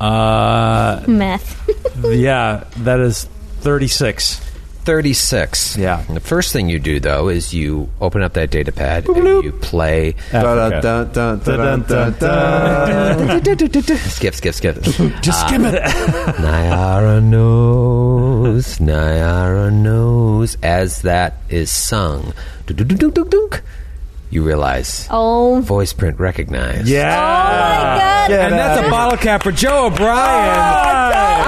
B: Uh.
D: Math.
B: Yeah, that is thirty-six.
E: 36.
B: Yeah.
E: And the first thing you do though is you open up that data pad and you play
F: Da- da- da- da- da- da-
G: Uh,
F: da.
E: skip skip skip. Just skip it. Nyara knows. Nyara knows as that is sung. Dunk, dunk, dunk, dunk, dunk. you realize
D: Oh,
E: voice print recognized.
D: oh
B: Yeah.
D: my god.
G: Yeah,
K: And that's a bottle cap for Joe O'Brien.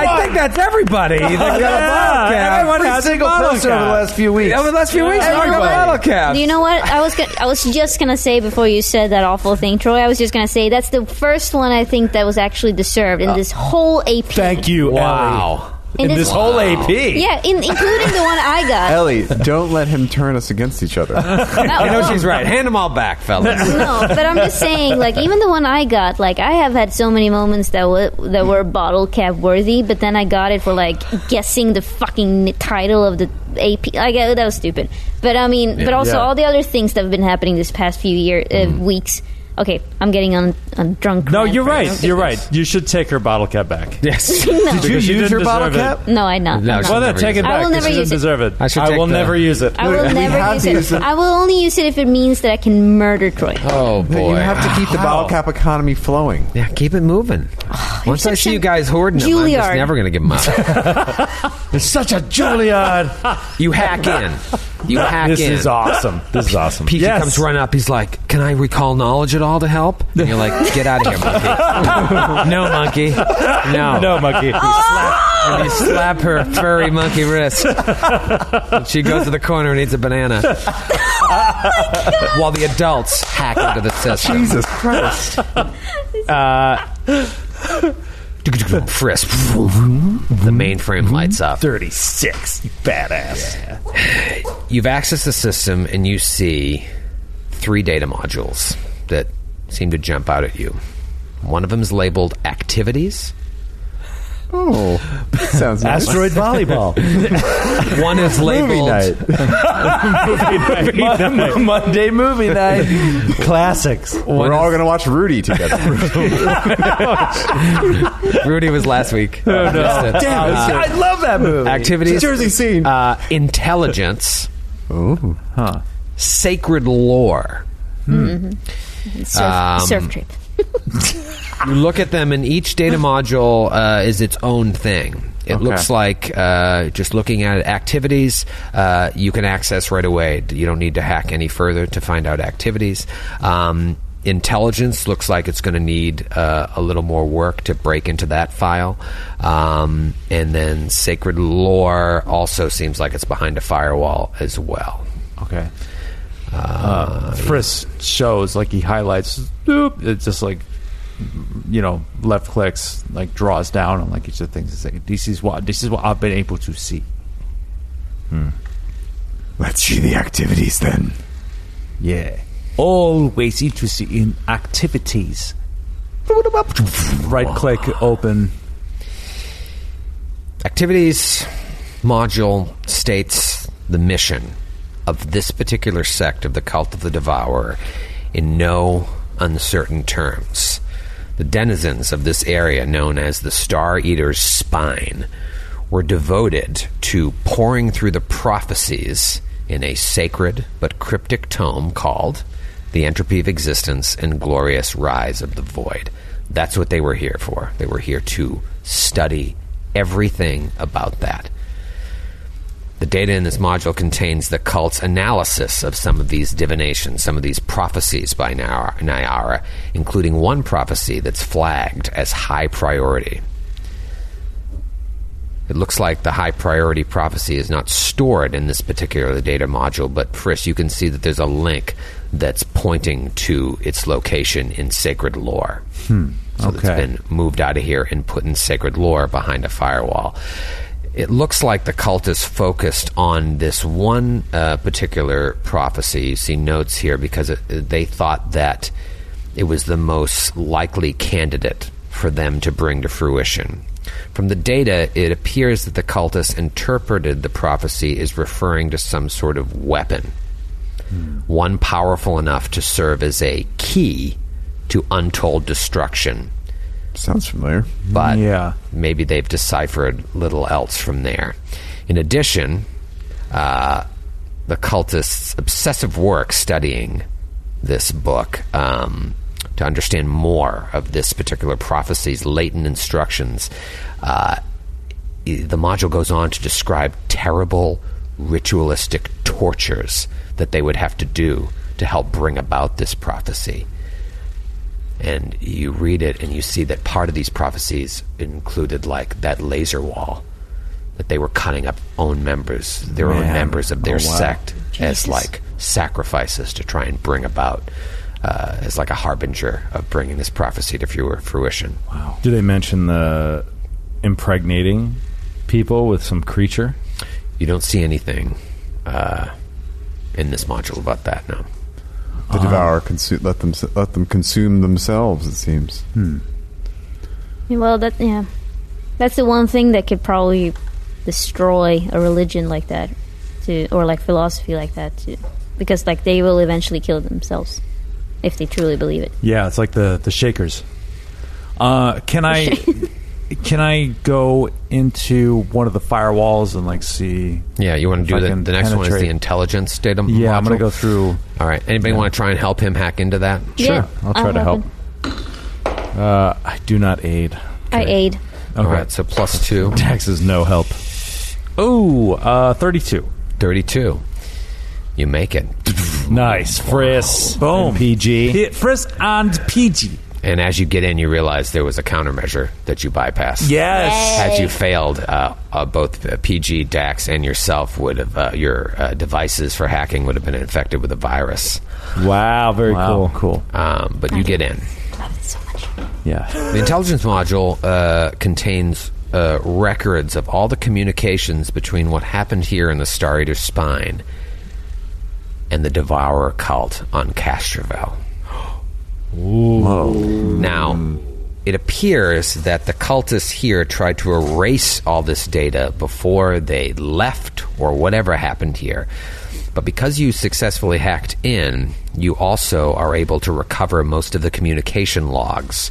K: I think that's everybody that
E: Oh,
K: got a bottle cap.
G: Everyone
K: Every
G: has a bottle cap. over the last few weeks.
K: Over the last few weeks,
D: Yeah.
K: everyone got
D: Everybody.
K: bottle caps.
D: You know what? I was gonna, I was just gonna say before you said that awful thing, Troy. I was just gonna say that's the first one I think that was actually deserved in this whole AP.
K: Thank you,
E: Wow.
D: In
K: Ellie. In this whole AP.
D: Yeah, in, including the one I got.
F: Ellie, don't let him turn us against each other.
D: That
E: I know
D: one.
E: she's right. Hand them all back, fellas.
D: no, but I'm just saying, like even the one I got, like I have had so many moments that were that were bottle cap worthy, but then I got it for like guessing the fucking n- title of the AP. Like uh, that was stupid. But I mean, but also all the other things that have been happening this past few year uh, weeks. Okay, I'm getting on on drunk.
B: No,
D: rant
B: you're
D: now.
B: right. You're right. You should take her bottle cap back.
E: yes.
D: no,
B: Because she didn't deserve it.
D: no, I not.
E: No,
D: I'm
E: she's
D: not.
B: Well, then
E: Never
B: take
E: use it.
D: I
B: it back.
D: will
B: because
D: never
B: she
D: use
B: didn't
D: it.
B: deserve it.
E: I should
J: I
E: take
J: will
E: the-
J: never use it.
D: I will
F: we
D: never
F: have
D: use
F: to
D: it.
F: use it.
D: I will only use it if it means that I can murder Troy.
E: Oh
F: But
E: boy.
F: You have to keep the bottle cap economy flowing.
E: yeah, keep it moving. Once I
D: such
E: see
D: a
E: you guys hoarding them, I'm just
D: Juilliard.
E: never going to give them up.
J: It's such a Juilliard.
E: You hack in. You hack
J: this
E: in.
J: is awesome. This is awesome.
E: Peaky comes run up. He's like, "Can I recall knowledge at all to help?" And you're like, "Get out of here, monkey! no, monkey! No,
J: No, monkey.
E: And you slap her furry monkey wrist. And she goes to the corner and eats a banana. While the adults hack into the system. Oh Jesus Christ. Uh, frisk. The mainframe lights up.
J: 36. You badass.
E: You've accessed the system and you see three data modules that seem to jump out at you. One of them is labeled activities.
F: Oh, that sounds nice.
G: Asteroid volleyball.
E: One is
F: Movie
E: labeled
F: night.
G: Mon- Monday movie night. Classics.
F: We're all gonna watch Rudy together.
E: Rudy was last week. Oh, no.
G: Damn, I love that movie.
E: activities.
F: Jersey scene.
E: Uh, intelligence. Sacred lore.
D: Surf, surf trip.
E: You look at them, and each data module uh, is its own thing. It looks like uh, just looking at activities, uh, you can access right away. You don't need to hack any further to find out activities. Um, intelligence looks like it's going to need uh, a little more work to break into that file. Um, and then sacred lore also seems like it's behind a firewall as well.
B: Okay. Uh, Frisk shows like he highlights. Doop, it just like you know left clicks like draws down on like each of the things. It's like this is what this is what I've been able to see.
C: Let's see the activities then.
B: Yeah. Always interested in activities. Right click, open.
E: Activities module states the mission of this particular sect of the Cult of the Devourer in no uncertain terms. The denizens of this area, known as the Star Eater's Spine, were devoted to poring through the prophecies in a sacred but cryptic tome called The Entropy of Existence and Glorious Rise of the Void. That's what they were here for. They were here to study everything about that. The data in this module contains the cult's analysis of some of these divinations, some of these prophecies by Nyara, Nyara including one prophecy that's flagged as high priority. It looks like the high priority prophecy is not stored in this particular data module, but Frisk, you can see that there's a link that's pointing to its location in sacred lore. Hmm. So it's
B: okay.
E: been moved out of here and put in sacred lore behind a firewall. It looks like the cult is focused on this one uh, particular prophecy. You see notes here because it, they thought that it was the most likely candidate for them to bring to fruition. From the data, it appears that the cultists interpreted the prophecy as referring to some sort of weapon, one powerful enough to serve as a key to untold destruction.
F: sounds familiar.
E: But
B: Yeah.
E: maybe they've deciphered little else from there. In addition, uh, the cultist's obsessive work studying this book um, to understand more of this particular prophecy's latent instructions. Uh, i- the module goes on to describe terrible ritualistic tortures that they would have to do to help bring about this prophecy. And you read it and you see that part of these prophecies included like that laser wall that they were cutting up own members, their own
L: Man.
E: members of their
L: Oh, wow.
E: sect as
L: Jesus.
E: like sacrifices to try and bring about uh, as like a harbinger of bringing this prophecy to fu- fruition. Wow.
J: Do they mention the impregnating people with some creature?
E: You don't see anything uh, in this module about that, no. Uh-huh.
F: The devourer consume, let them let them consume themselves. It seems.
D: Well, that yeah, that's the one thing that could probably destroy a religion like that, to or like philosophy like that too, because like they will eventually kill themselves if they truly believe it.
B: Yeah, it's like the the shakers. Uh, can I can I go into one of the firewalls and like see?
E: Yeah, you want
B: if
E: to
B: I
E: do the,
B: can
E: the next one is the
B: penetrate?
E: intelligence data.
B: Yeah, I'm gonna
E: module.
B: go through.
E: All right. Anybody
B: Yeah.
E: want to try and help him hack into that?
D: Yeah, Sure, I'll try I'll to help
J: Uh, I do not aid.
D: I aid.
E: All right. So plus two.
J: Dax is no help.
B: Oh, uh, 32.
E: 32. You make it.
J: Nice. Frisk.
B: Boom.
J: PG.
B: Hit Frisk and PG.
E: And as you get in, you realize there was a countermeasure that you bypassed.
B: Yes.
E: Had you failed, uh, uh, both uh, PG Dax and yourself would have uh, your uh, devices for hacking would have been infected with a virus.
J: Wow. Very cool.
E: Wow. Cool. Um, but you get in.
J: Yeah.
E: The intelligence module uh, contains uh, records of all the communications between what happened here in the Star Eater's spine and the Devourer cult on Castrovel. Now, it appears that the cultists here tried to erase all this data before they left or whatever happened here. But because you successfully hacked in, you also are able to recover most of the communication logs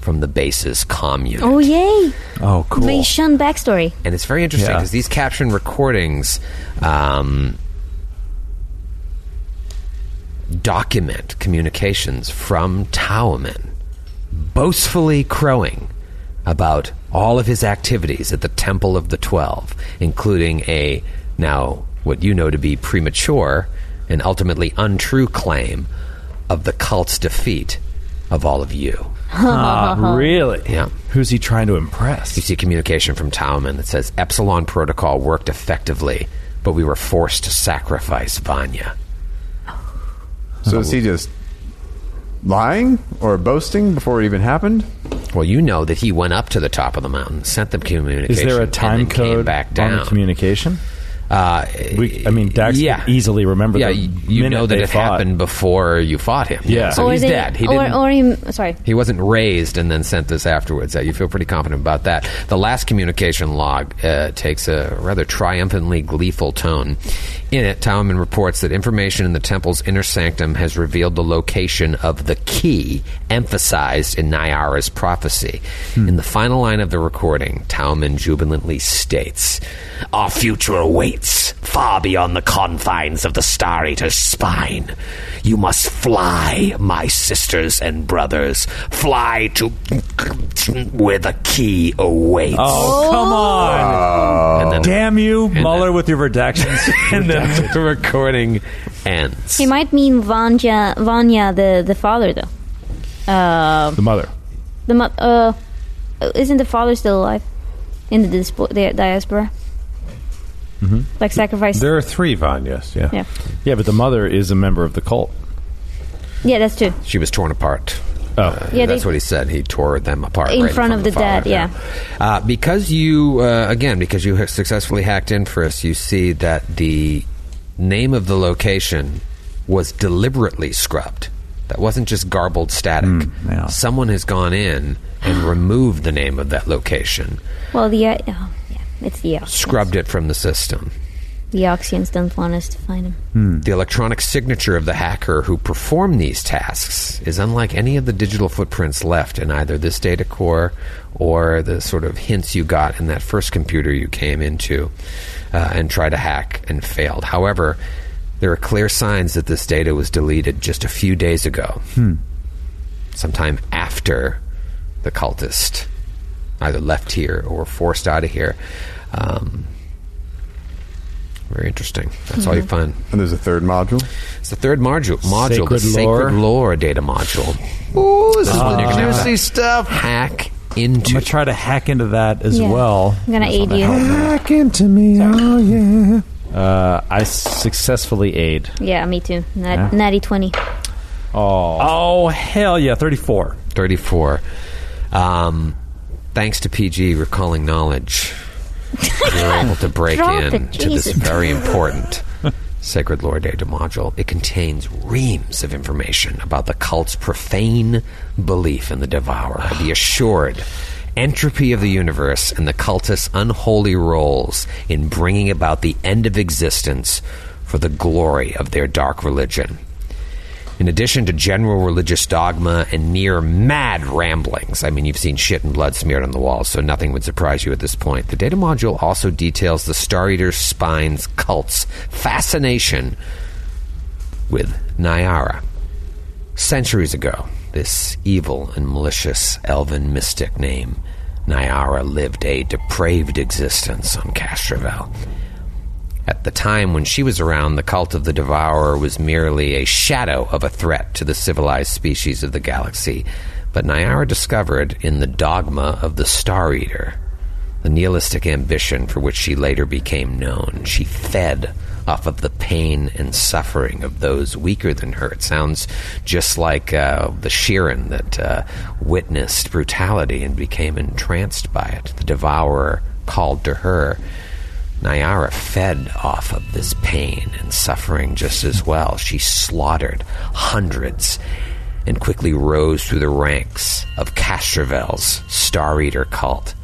E: from the base's comm unit.
D: Oh yay!
B: Oh,
D: They shun backstory.
E: And it's very interesting
D: Yeah.
E: because these caption recordings um, document communications from Taoman boastfully crowing about all of his activities at the Temple of the Twelve, including a now what you know to be premature and ultimately untrue claim of the cult's defeat of all of you. Uh-huh.
J: Ah, really?
E: Yeah.
J: Who's he trying to impress?
E: You see communication from Talman that says Epsilon Protocol worked effectively, but we were forced to sacrifice Vanya.
F: So is
E: Uh-huh.
F: he just lying or boasting before it even happened?
E: Well, you know that he went up to the top of the mountain, sent them communication.
J: Is there a
E: and
J: time
E: then came
J: code
E: back
J: on the
E: down?
J: communication?
E: Uh,
J: we, I mean, Dax
E: yeah.
J: could easily remember.
E: yeah,
J: the
E: you, you
J: minute
E: know that
J: they
E: it
J: fought.
E: happened before you fought him.
J: Yeah.
E: so
D: or
E: he's
D: they-
E: dead. He
D: or,
E: didn't.
D: or him. Sorry.
E: He wasn't raised and then sent this afterwards. Uh, you feel pretty confident about that. The last communication log uh, takes a rather triumphantly gleeful tone. In it, Talman reports that information in the temple's inner sanctum has revealed the location of the key emphasized in Nyara's prophecy. In the final line of the recording, Talman jubilantly states, Our future awaits far beyond the confines of the Star Eater's spine. You must fly, my sisters and brothers. Fly to where the key awaits.
B: Oh, come
G: Uh,
B: on. Damn you, Muller with your redactions.
E: and then the recording ends.
D: He might mean Vanya, Vanya, the the father though. Uh,
J: the mother.
D: The mo- uh, isn't the father still alive in the, dispo- the diaspora?
J: Mhm.
D: Like sacrifice.
J: There are three Vanyas. Yeah.
D: Yeah.
J: Yeah, but the mother is a member of the cult.
D: Yeah, that's true.
E: She was torn apart. Uh,
J: Oh,
D: Yeah,
E: that's
D: they-
E: what he said. He tore them apart
D: In
E: right
D: front of
E: the,
D: the dead,
E: father. Uh, because you uh, again, because you have successfully hacked in for us, you see that the name of the location was deliberately scrubbed. That wasn't just garbled static. Someone has gone in and removed the name of that location,
D: Well, the uh, oh, yeah, it's the Oxians.
E: scrubbed it from the system.
D: The Oxians don't want us to find him.
E: The electronic signature of the hacker who performed these tasks is unlike any of the digital footprints left in either this data core or the sort of hints you got in that first computer you came into uh, and tried to hack and failed. However, there are clear signs that this data was deleted just a few days ago,
B: Hmm.
E: sometime after the cultist either left here or were forced out of here. Um, Very interesting. That's all you
F: Mhm.
E: find.
F: And there's a third module.
E: It's the third module. Module. the
F: Sacred lore?
E: sacred lore data module.
F: Ooh,
E: this is Ah. what you're gonna
F: stuff.
E: Hack into.
B: I'm gonna try to hack into that as
D: Yeah.
B: well.
D: I'm gonna aid you.
J: Hack into me, oh yeah. Uh, I successfully aid.
D: Yeah, me too. Nat-
J: Yeah.
D: Natty 20.
E: Oh.
B: Oh, hell yeah. 34.
E: 34. Um, thanks to PG recalling knowledge, we were able to break
D: Drop
E: in
D: it,
E: to this
D: Jesus.
E: very important Sacred Lore Data module. It contains reams of information about the cult's profane belief in the Devourer, the assured entropy of the universe, and the cultist's unholy roles in bringing about the end of existence for the glory of their dark religion. In addition to general religious dogma and near mad ramblings, I mean, you've seen shit and blood smeared on the walls, so nothing would surprise you at this point. The data module also details the Star Eater Spine's cult's fascination with Nyara. Centuries ago, this evil and malicious elven mystic named Nyara lived a depraved existence on Castrovel. At the time when she was around, the cult of the Devourer was merely a shadow of a threat to the civilized species of the galaxy. But Nyara discovered in the dogma of the Star Eater the nihilistic ambition for which she later became known. She fed off of the pain and suffering of those weaker than her. It sounds just like uh, the Sheeran that uh, witnessed brutality and became entranced by it. The Devourer called to her. Nyara fed off of this pain and suffering just as well. She slaughtered hundreds and quickly rose through the ranks of Castrovel's Star Eater cult.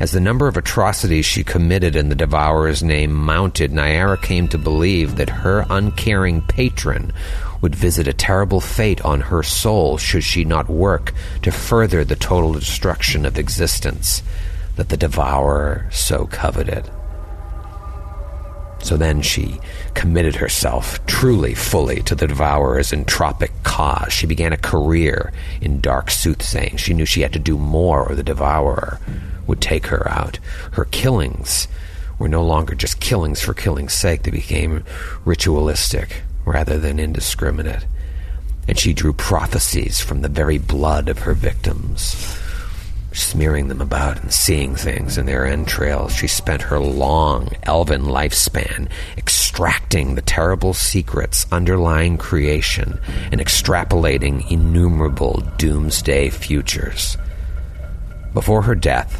E: As the number of atrocities she committed in the Devourer's name mounted, Nyara came to believe that her uncaring patron would visit a terrible fate on her soul should she not work to further the total destruction of existence that the Devourer so coveted. So then she committed herself truly, fully to the Devourer's entropic cause. She began a career in dark soothsaying. She knew she had to do more or the Devourer would take her out. Her killings were no longer just killings for killing's sake, they became ritualistic rather than indiscriminate. And she drew prophecies from the very blood of her victims smearing them about and seeing things in their entrails. She spent her long elven lifespan extracting the terrible secrets underlying creation and extrapolating innumerable doomsday futures. Before her death,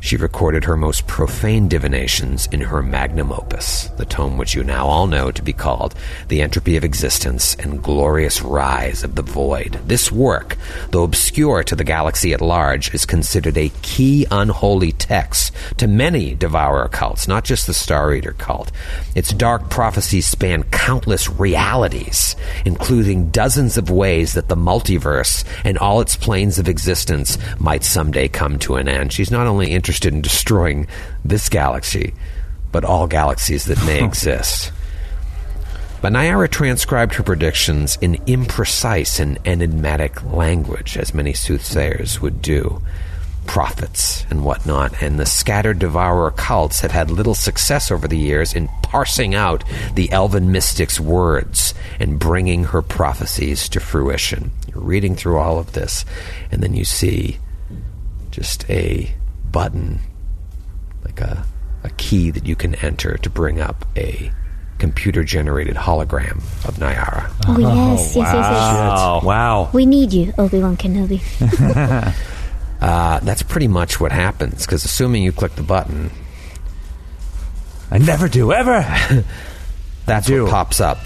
E: she recorded her most profane divinations in her magnum opus, the tome which you now all know to be called The Entropy of Existence and Glorious Rise of the Void. This work, though obscure to the galaxy at large, is considered a key unholy text to many devourer cults, not just the Star Eater cult. Its dark prophecies span countless realities, including dozens of ways that the multiverse and all its planes of existence might someday come to an end. She's not only interested in destroying this galaxy, but all galaxies that may exist. But Nyara transcribed her predictions in imprecise and enigmatic language, as many soothsayers would do, prophets and whatnot, and the scattered devourer cults have had little success over the years in parsing out the elven mystic's words and bringing her prophecies to fruition. You're reading through all of this, and then you see just a button, like a, a key that you can enter to bring up a computer generated hologram of Nyara.
D: Oh, yes, yes, yes, yes.
E: Wow. Wow.
D: We need you, Obi-Wan Kenobi.
E: Uh, that's pretty much what happens, because assuming you click the button.
B: I never do, ever!
E: that's what pops up